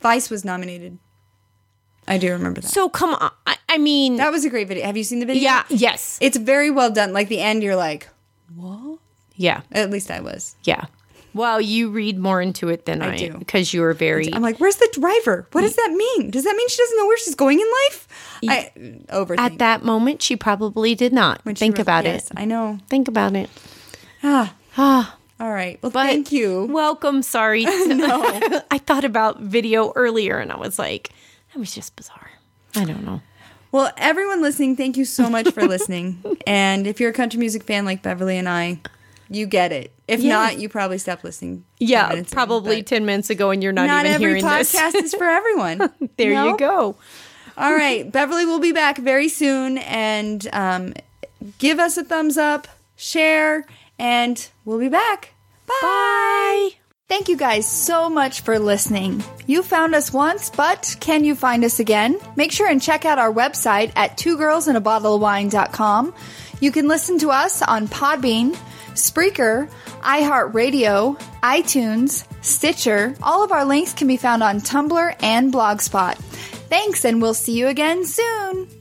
Speaker 1: Vice was nominated. I do remember that.
Speaker 5: So come on. I, I mean,
Speaker 1: that was a great video. Have you seen the video?
Speaker 5: yeah, yes,
Speaker 1: It's very well done. Like the end, you're like,
Speaker 5: yeah,
Speaker 1: at least I was.
Speaker 5: yeah. Well, you read more into it than I,
Speaker 1: do.
Speaker 5: because you were very.
Speaker 1: I'm like, where's the driver? What does that mean? Does that mean she doesn't know where she's going in life? I overthink.
Speaker 5: At that moment, she probably did not
Speaker 1: when she
Speaker 5: think
Speaker 1: wrote-
Speaker 5: about
Speaker 1: yes,
Speaker 5: it.
Speaker 1: I know.
Speaker 5: Think about it.
Speaker 1: Ah,
Speaker 5: Ah.
Speaker 1: all right. Well,
Speaker 5: But-
Speaker 1: thank you.
Speaker 5: Welcome. Sorry. to- I thought about video earlier and I was like, that was just bizarre. I don't know.
Speaker 1: Well, everyone listening, thank you so much for listening. and if you're a country music fan like Beverly and I, you get it. If not, you probably stopped listening. 10
Speaker 5: Yeah,
Speaker 1: minutes in,
Speaker 5: probably
Speaker 1: but
Speaker 5: 10 minutes ago and you're not,
Speaker 1: Not
Speaker 5: even
Speaker 1: every
Speaker 5: hearing
Speaker 1: podcast
Speaker 5: this.
Speaker 1: is for everyone.
Speaker 5: there
Speaker 1: No?
Speaker 5: you go.
Speaker 1: All right, Beverly will be back very soon, and um, give us a thumbs up, share, and we'll be back.
Speaker 5: Bye.
Speaker 1: Thank you guys so much for listening. You found us once, but can you find us again? Make sure and check out our website at twogirlsinabottleofwine.com. You can listen to us on Podbean, Spreaker, iHeartRadio, iTunes, Stitcher. All of our links can be found on Tumblr and Blogspot. Thanks, and we'll see you again soon.